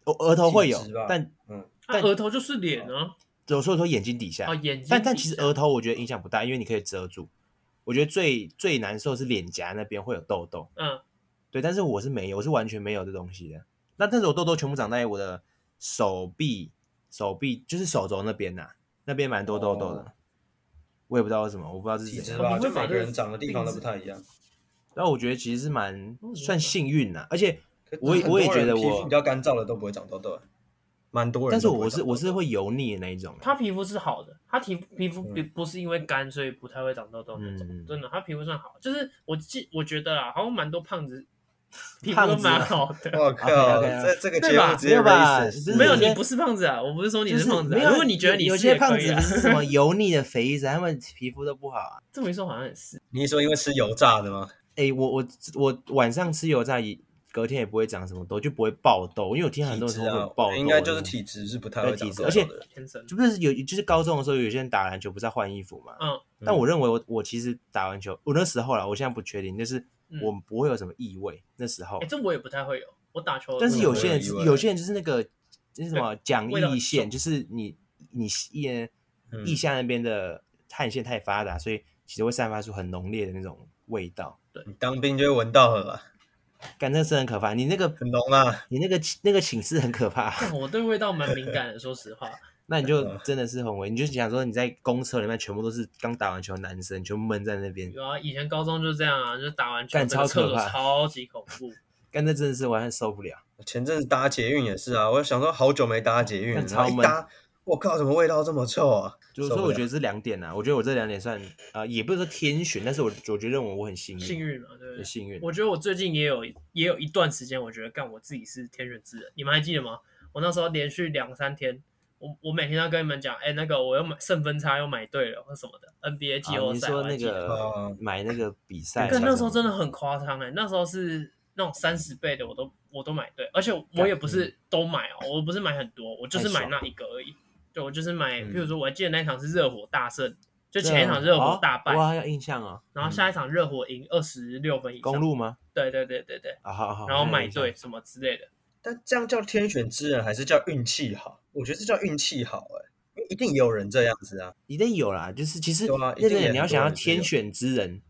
[SPEAKER 2] 我额头会有
[SPEAKER 3] 体质吧，
[SPEAKER 2] 但
[SPEAKER 3] 嗯，
[SPEAKER 1] 他
[SPEAKER 2] 但
[SPEAKER 1] 额头就是脸啊，
[SPEAKER 2] 有时候说眼睛底下
[SPEAKER 1] 啊，眼睛，
[SPEAKER 2] 但但其实额头我觉得影响不大，因为你可以遮住。我觉得最最难受是脸颊那边会有痘痘，
[SPEAKER 1] 嗯，
[SPEAKER 2] 对，但是我是没有，我是完全没有这东西的。那但是我痘痘全部长在我的手臂，手臂就是手肘那边呐、那边蛮多痘痘的。
[SPEAKER 3] 哦
[SPEAKER 2] 我也不知道为什么，我不知道是
[SPEAKER 3] 体
[SPEAKER 2] 怎
[SPEAKER 3] 质
[SPEAKER 2] 样。
[SPEAKER 1] 哦
[SPEAKER 3] 吧，
[SPEAKER 1] 你会
[SPEAKER 3] 就
[SPEAKER 1] 把
[SPEAKER 3] 每
[SPEAKER 1] 这
[SPEAKER 3] 个
[SPEAKER 1] 个
[SPEAKER 3] 人长的地方都
[SPEAKER 1] 定
[SPEAKER 3] 不
[SPEAKER 1] 制
[SPEAKER 3] 太一样。
[SPEAKER 2] 但我觉得其实是蛮
[SPEAKER 1] 哦
[SPEAKER 2] 算幸运呐、而且
[SPEAKER 3] 可是
[SPEAKER 2] 我也
[SPEAKER 3] 很多
[SPEAKER 2] 我也觉得
[SPEAKER 3] 人皮
[SPEAKER 2] 我
[SPEAKER 3] 肤比较干燥的都不会长痘痘，欸蛮多人。
[SPEAKER 2] 但是我是我是，会油腻的那一种。啊
[SPEAKER 1] 他皮肤是好的，他皮皮肤不不是因为干所以不太会长痘痘那种，
[SPEAKER 2] 嗯
[SPEAKER 1] 真的，他皮肤算好。就是我记我觉得啊啦，好像蛮多胖 子皮肤
[SPEAKER 2] 胖
[SPEAKER 1] 都
[SPEAKER 2] 子啊
[SPEAKER 1] 蛮好的。
[SPEAKER 3] 我靠，
[SPEAKER 2] OK，OK，OK
[SPEAKER 3] 这这个
[SPEAKER 1] 对
[SPEAKER 3] 节
[SPEAKER 1] 吧
[SPEAKER 3] 目直接
[SPEAKER 2] 没有吧
[SPEAKER 3] racist
[SPEAKER 2] 就是
[SPEAKER 1] 没有，
[SPEAKER 2] 有些
[SPEAKER 1] 你不是胖子啊！我不是说你
[SPEAKER 2] 就是
[SPEAKER 1] 胖子、啊，
[SPEAKER 2] 没有，
[SPEAKER 1] 如果你觉得你
[SPEAKER 2] 有有
[SPEAKER 1] 是也
[SPEAKER 2] 些
[SPEAKER 1] 可
[SPEAKER 2] 胖
[SPEAKER 1] 以
[SPEAKER 2] 子
[SPEAKER 1] 啊
[SPEAKER 2] 不是什么油腻的肥子，他们皮肤都不好啊。
[SPEAKER 1] 这么一说好像也是，
[SPEAKER 3] 你是说因为吃油炸的吗？
[SPEAKER 2] 哎、我我我晚上吃油炸也，隔天也不会长什么痘，就不会爆痘，因为我听很
[SPEAKER 3] 体
[SPEAKER 2] 多人
[SPEAKER 3] 质
[SPEAKER 2] 说会
[SPEAKER 3] 啊
[SPEAKER 2] 有，爆痘，
[SPEAKER 3] 应该就是体质是不太会
[SPEAKER 2] 对
[SPEAKER 3] 长
[SPEAKER 2] 体质
[SPEAKER 3] 痘痘
[SPEAKER 2] 而且
[SPEAKER 3] 的。
[SPEAKER 1] 天生
[SPEAKER 2] 就不是有就是高中的时候，有些人打篮球不是要换衣服嘛？
[SPEAKER 1] 嗯
[SPEAKER 2] 但我认为我我其实打完球，我那时候啦，我现在不确定，就是
[SPEAKER 1] 嗯
[SPEAKER 2] 我不会有什么异味。那时候
[SPEAKER 1] 哎、，这我也不太会有，我打球，
[SPEAKER 2] 但是有些人
[SPEAKER 3] 我也
[SPEAKER 2] 是
[SPEAKER 3] 有异味
[SPEAKER 2] 有些人就是那个就是什么讲
[SPEAKER 1] 味道很
[SPEAKER 2] 义线，
[SPEAKER 1] 重
[SPEAKER 2] 就是你你腋
[SPEAKER 3] 嗯
[SPEAKER 2] 腋下那边的汗腺太发达，所以其实会散发出很浓烈的那种味道，
[SPEAKER 3] 你当兵就会闻到了啦，
[SPEAKER 2] 感那是很可怕。你那个
[SPEAKER 3] 很浓啊。
[SPEAKER 2] 你那个那个寝室很可怕。
[SPEAKER 1] 干 我对味道蛮敏感的，说实话，
[SPEAKER 2] 那你就
[SPEAKER 3] 嗯
[SPEAKER 2] 真的是很危，你就想说你在公车里面全部都是刚打完球的男生，全部闷在那边，
[SPEAKER 1] 有啊，以前高中就这样啊，就是打完球，
[SPEAKER 2] 干
[SPEAKER 1] 整个
[SPEAKER 2] 超
[SPEAKER 1] 厕
[SPEAKER 2] 可
[SPEAKER 1] 所
[SPEAKER 2] 怕
[SPEAKER 1] 超级恐怖，
[SPEAKER 2] 干这真的是完全受不了。
[SPEAKER 3] 前阵子搭捷运也是啊，我想说好久没搭捷运，
[SPEAKER 2] 但
[SPEAKER 3] 然后
[SPEAKER 2] 超
[SPEAKER 3] 一
[SPEAKER 2] 闷
[SPEAKER 3] 搭，我靠，怎么味道这么臭啊？
[SPEAKER 2] 就
[SPEAKER 3] 受
[SPEAKER 2] 所以
[SPEAKER 3] 不
[SPEAKER 2] 我
[SPEAKER 3] 了
[SPEAKER 2] 觉得这两点啊，我觉得我这两点算呃，也不是说天选，但是我我觉得认为我很幸运，
[SPEAKER 1] 幸运嘛，对不
[SPEAKER 2] 很
[SPEAKER 1] 对？
[SPEAKER 2] 幸运。
[SPEAKER 1] 我觉得我最近也有也有一段时间，我觉得干我自己是天选之人。你们还记得吗？我那时候连续两三天，我我每天都要跟你们讲，哎、那个我又买胜分差又买对了或什么的 NBA 季
[SPEAKER 2] 啊，
[SPEAKER 1] 后
[SPEAKER 2] 你
[SPEAKER 1] 赛，
[SPEAKER 2] 说
[SPEAKER 1] 我还
[SPEAKER 2] 那
[SPEAKER 1] 记得
[SPEAKER 2] 个
[SPEAKER 3] 哦
[SPEAKER 2] 买那个比赛，
[SPEAKER 1] 干那时候真的很夸张哎，那时候是那种三十倍的，我都我都买对，而且我也不是都买哦，我不是买很多，我就是买
[SPEAKER 2] 嗯太爽
[SPEAKER 1] 那一个而已。对，我就是买，
[SPEAKER 3] 嗯
[SPEAKER 1] 譬如说，我还记得那一场是热火大胜，就
[SPEAKER 2] 对啊，
[SPEAKER 1] 前一场热火大败，
[SPEAKER 2] 哦我好像有印象哦。
[SPEAKER 1] 然后下一场热火赢二十六分以上。
[SPEAKER 2] 公路吗？
[SPEAKER 1] 对对对对对，
[SPEAKER 2] 啊，好好。
[SPEAKER 1] 然后
[SPEAKER 2] 好
[SPEAKER 1] 买对，什么之类的。
[SPEAKER 3] 但这样叫天选之人还是叫运气好？我觉得这叫运气好哎、因为一定也有人这样子啊。
[SPEAKER 2] 一定有啦。就是其实
[SPEAKER 3] 对啊一定
[SPEAKER 2] 认
[SPEAKER 3] 也
[SPEAKER 2] 真，
[SPEAKER 3] 很
[SPEAKER 2] 你要
[SPEAKER 3] 多
[SPEAKER 2] 想要
[SPEAKER 3] 人是有
[SPEAKER 2] 天选之人，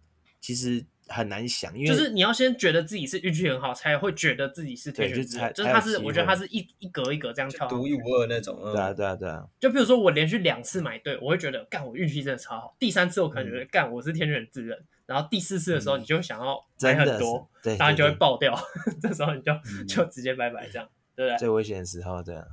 [SPEAKER 2] 其实很难想，因为
[SPEAKER 1] 就是你要先觉得自己是运气很好，才会觉得自己是天
[SPEAKER 2] 对
[SPEAKER 1] 选
[SPEAKER 2] 就
[SPEAKER 1] 之人。
[SPEAKER 2] 才
[SPEAKER 1] 就是他
[SPEAKER 2] 才
[SPEAKER 1] 是，
[SPEAKER 2] 有机
[SPEAKER 1] 我觉得他是
[SPEAKER 2] 会
[SPEAKER 1] 一一格一格这样
[SPEAKER 3] 就
[SPEAKER 1] 跳。
[SPEAKER 3] 独一无二那种，嗯、
[SPEAKER 2] 对啊，对啊，对啊。
[SPEAKER 1] 就比如说我连续两次买对，我会觉得干我运气真的超好。第三次我可
[SPEAKER 2] 嗯
[SPEAKER 1] 能觉得干我是天选之人，然后第四次的时候你就会想要买
[SPEAKER 2] 真的
[SPEAKER 1] 很
[SPEAKER 2] 是
[SPEAKER 1] 多，，
[SPEAKER 2] 对，
[SPEAKER 1] 当然
[SPEAKER 2] 对
[SPEAKER 1] 就会
[SPEAKER 2] 对
[SPEAKER 1] 爆掉。 这时候你就
[SPEAKER 3] 嗯
[SPEAKER 1] 就直接拜拜这样，对不对？
[SPEAKER 2] 最危险的时候，对啊。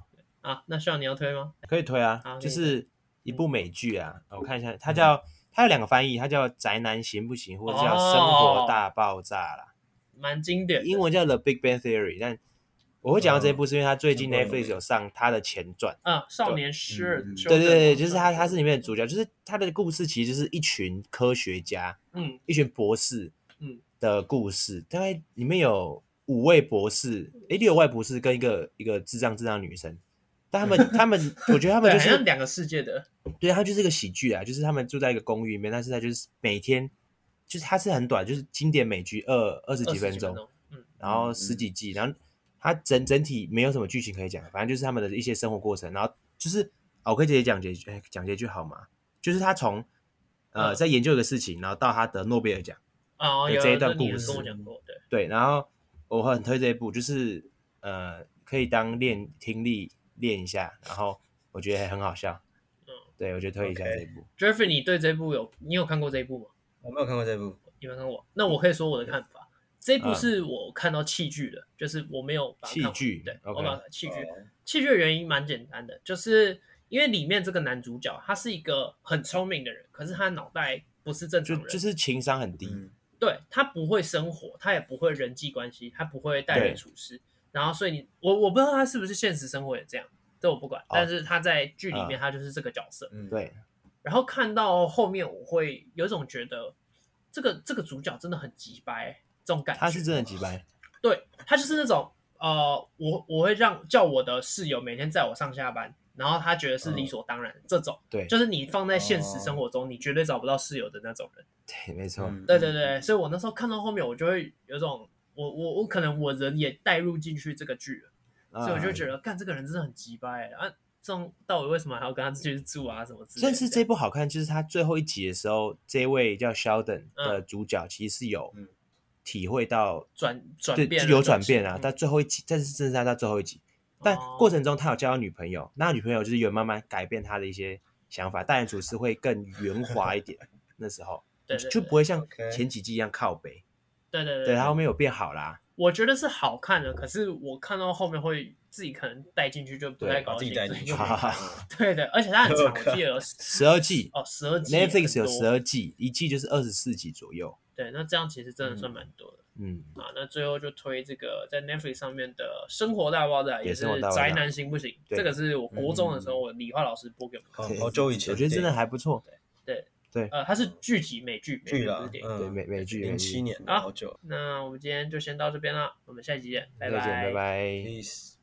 [SPEAKER 1] 啊，那需要你要推吗？
[SPEAKER 2] 可以推啊
[SPEAKER 1] 好，可
[SPEAKER 2] 就
[SPEAKER 1] 以
[SPEAKER 2] 是一部美剧啊，我看一下，它叫它有两个翻译，它叫《宅男行不行》或者叫《生活大爆炸》啦，
[SPEAKER 1] 蛮经典的
[SPEAKER 2] 英文叫《The Big Bang Theory》。但我会讲到这一部，是因为它最近
[SPEAKER 3] 嗯难怪
[SPEAKER 2] Netflix 有上它的前传。
[SPEAKER 1] 啊，少年诗尔
[SPEAKER 3] 嗯嗯嗯
[SPEAKER 2] 对对
[SPEAKER 1] 哦
[SPEAKER 2] 对，就是它，
[SPEAKER 1] 他，
[SPEAKER 2] 它是里面的主角，就是它的故事其实就是一群科学家，
[SPEAKER 1] 嗯，
[SPEAKER 2] 一群博士，
[SPEAKER 1] 嗯
[SPEAKER 2] 的故事，大概里面有五位博士，诶，六位博士跟一个一个智障智障女生，但他们他们，我觉得他们
[SPEAKER 1] 对，
[SPEAKER 2] 就
[SPEAKER 1] 好
[SPEAKER 2] 是
[SPEAKER 1] 像两个世界的，
[SPEAKER 2] 对，它就是一个喜剧啊，就是他们住在一个公寓里面，但是它就是每天，就是它是很短，就是经典美剧二二十
[SPEAKER 1] 二
[SPEAKER 2] 几
[SPEAKER 1] 十
[SPEAKER 2] 分钟，，
[SPEAKER 1] 嗯，
[SPEAKER 2] 然后十几季，然后它整整体没有什么剧情可以讲，反正就是他们的一些生活过程，然后就是啊，我可以直接讲结局，哎讲结局好吗？就是他从呃
[SPEAKER 1] 嗯
[SPEAKER 2] 在研究一个事情，然后到他得诺贝尔奖，
[SPEAKER 1] 哦，
[SPEAKER 2] 对
[SPEAKER 1] 有
[SPEAKER 2] 这一
[SPEAKER 1] 有
[SPEAKER 2] 段
[SPEAKER 1] 你
[SPEAKER 2] 故
[SPEAKER 1] 有跟我
[SPEAKER 2] 事
[SPEAKER 1] 讲过，对，
[SPEAKER 2] 对，然后我很推这一部，就是呃可以当练听力练一下，然后我觉得还很好笑
[SPEAKER 1] 嗯，
[SPEAKER 2] 对我觉得推一下
[SPEAKER 3] OK
[SPEAKER 2] 这一部。
[SPEAKER 1] Jeffrey，你对这部有你有看过这一部吗？
[SPEAKER 3] 我没有看过这部，
[SPEAKER 1] 你们看过？那我可以说我的看法。这一部
[SPEAKER 2] 嗯
[SPEAKER 1] 是我看到弃剧的，就是我没有把它看完
[SPEAKER 2] 弃剧
[SPEAKER 1] 对
[SPEAKER 2] OK
[SPEAKER 1] 我把它弃剧
[SPEAKER 3] 哦。
[SPEAKER 1] 弃剧的原因蛮简单的，就是因为里面这个男主角他是一个很聪明的人，可是他脑袋不是正
[SPEAKER 2] 就
[SPEAKER 1] 常人，
[SPEAKER 2] 就是情商很低，
[SPEAKER 3] 嗯，
[SPEAKER 1] 对他不会生活，他也不会人际关系，他不会待人
[SPEAKER 2] 对
[SPEAKER 1] 处事。然后，所以你我我不知道他是不是现实生活也这样，这我不
[SPEAKER 2] 哦
[SPEAKER 1] 管。但是他在剧里
[SPEAKER 2] 啊
[SPEAKER 1] 面，他就是这个角色。
[SPEAKER 3] 嗯，
[SPEAKER 2] 对，
[SPEAKER 1] 然后看到后面，我会有一种觉得这个这个主角真的很急掰，欸这种感觉。
[SPEAKER 2] 他是真的几掰，
[SPEAKER 1] 对他就是那种呃，我我会让叫我的室友每天载我上下班，然后他觉得是
[SPEAKER 2] 嗯
[SPEAKER 1] 理所当然、这种，
[SPEAKER 2] 对，
[SPEAKER 1] 就是你放在现
[SPEAKER 2] 哦
[SPEAKER 1] 实生活中，你绝对找不到室友的那种人。
[SPEAKER 2] 对，没错，
[SPEAKER 3] 嗯
[SPEAKER 1] 对对，对，所以我那时候看到后面，我就会有种我我我可能我人也带入进去这个剧了，
[SPEAKER 2] 嗯
[SPEAKER 1] 所以我就觉
[SPEAKER 2] 得，
[SPEAKER 1] 得干这个人真的很鸡掰欸啊！这种到底为什么还要跟他继续住啊什么之类的？
[SPEAKER 2] 甚至这部好看，就是他最后一集的时候，这位叫 Sheldon
[SPEAKER 1] 嗯
[SPEAKER 2] 的主角其实是有
[SPEAKER 3] 嗯
[SPEAKER 2] 体会到，
[SPEAKER 1] 转转
[SPEAKER 2] 对，
[SPEAKER 1] 变
[SPEAKER 2] 就
[SPEAKER 1] 了
[SPEAKER 2] 有
[SPEAKER 1] 这
[SPEAKER 2] 转
[SPEAKER 1] 个
[SPEAKER 2] 变
[SPEAKER 1] 情
[SPEAKER 2] 啊。
[SPEAKER 1] 嗯哦
[SPEAKER 2] 到最后一集，但是真的是他到最后一集，但过程中他有交到女朋友，那女朋友就是有慢慢改变他的一些想法，待人处事会更圆滑一点。那时候
[SPEAKER 1] 对
[SPEAKER 2] 就不会像
[SPEAKER 3] OK
[SPEAKER 2] 前几季一样靠北，
[SPEAKER 1] 对对对
[SPEAKER 2] 对他后面有变好啦。
[SPEAKER 1] 我觉得是好看的，可是我看到后面会自己可能带进去就不太
[SPEAKER 2] 对
[SPEAKER 1] 高
[SPEAKER 3] 把自
[SPEAKER 1] 兴，
[SPEAKER 3] 己带
[SPEAKER 1] 所
[SPEAKER 3] 进
[SPEAKER 1] 以
[SPEAKER 3] 去嗯
[SPEAKER 1] 就没
[SPEAKER 2] 哈哈
[SPEAKER 1] 看
[SPEAKER 2] 哈
[SPEAKER 1] 对对，而且 它很长，
[SPEAKER 3] 我靠
[SPEAKER 1] 我记得有
[SPEAKER 2] 十二季
[SPEAKER 1] 哦，十二集
[SPEAKER 2] ，Netflix 有十
[SPEAKER 1] 二，
[SPEAKER 2] 二季，一季就是二十四集左右。
[SPEAKER 1] 对，那这样其实真的算蛮多的、
[SPEAKER 2] 嗯，
[SPEAKER 1] 啊。那最后就推这个在 Netflix 上面的《生活大爆炸》，
[SPEAKER 2] 对
[SPEAKER 1] 也是
[SPEAKER 2] 生活大
[SPEAKER 1] 《
[SPEAKER 2] 爆炸
[SPEAKER 1] 宅男行不行》，
[SPEAKER 2] 对嗯
[SPEAKER 1] 这个是我国中的时候，我理化老师播给我们看。
[SPEAKER 3] 好
[SPEAKER 2] 对
[SPEAKER 3] 好久以前，
[SPEAKER 2] 我觉得真的还不错。
[SPEAKER 1] 呃，它是剧集美剧，美
[SPEAKER 3] 剧
[SPEAKER 1] 剧不
[SPEAKER 3] 了
[SPEAKER 1] 是，电影。
[SPEAKER 2] 对，
[SPEAKER 3] 嗯，
[SPEAKER 2] 美美剧，美
[SPEAKER 3] 零
[SPEAKER 2] 剧
[SPEAKER 3] 七年，
[SPEAKER 1] 啊
[SPEAKER 3] 好久
[SPEAKER 1] 那我们今天就先到这边啦，我们下期见，
[SPEAKER 2] 再见，拜拜。
[SPEAKER 3] ，peace。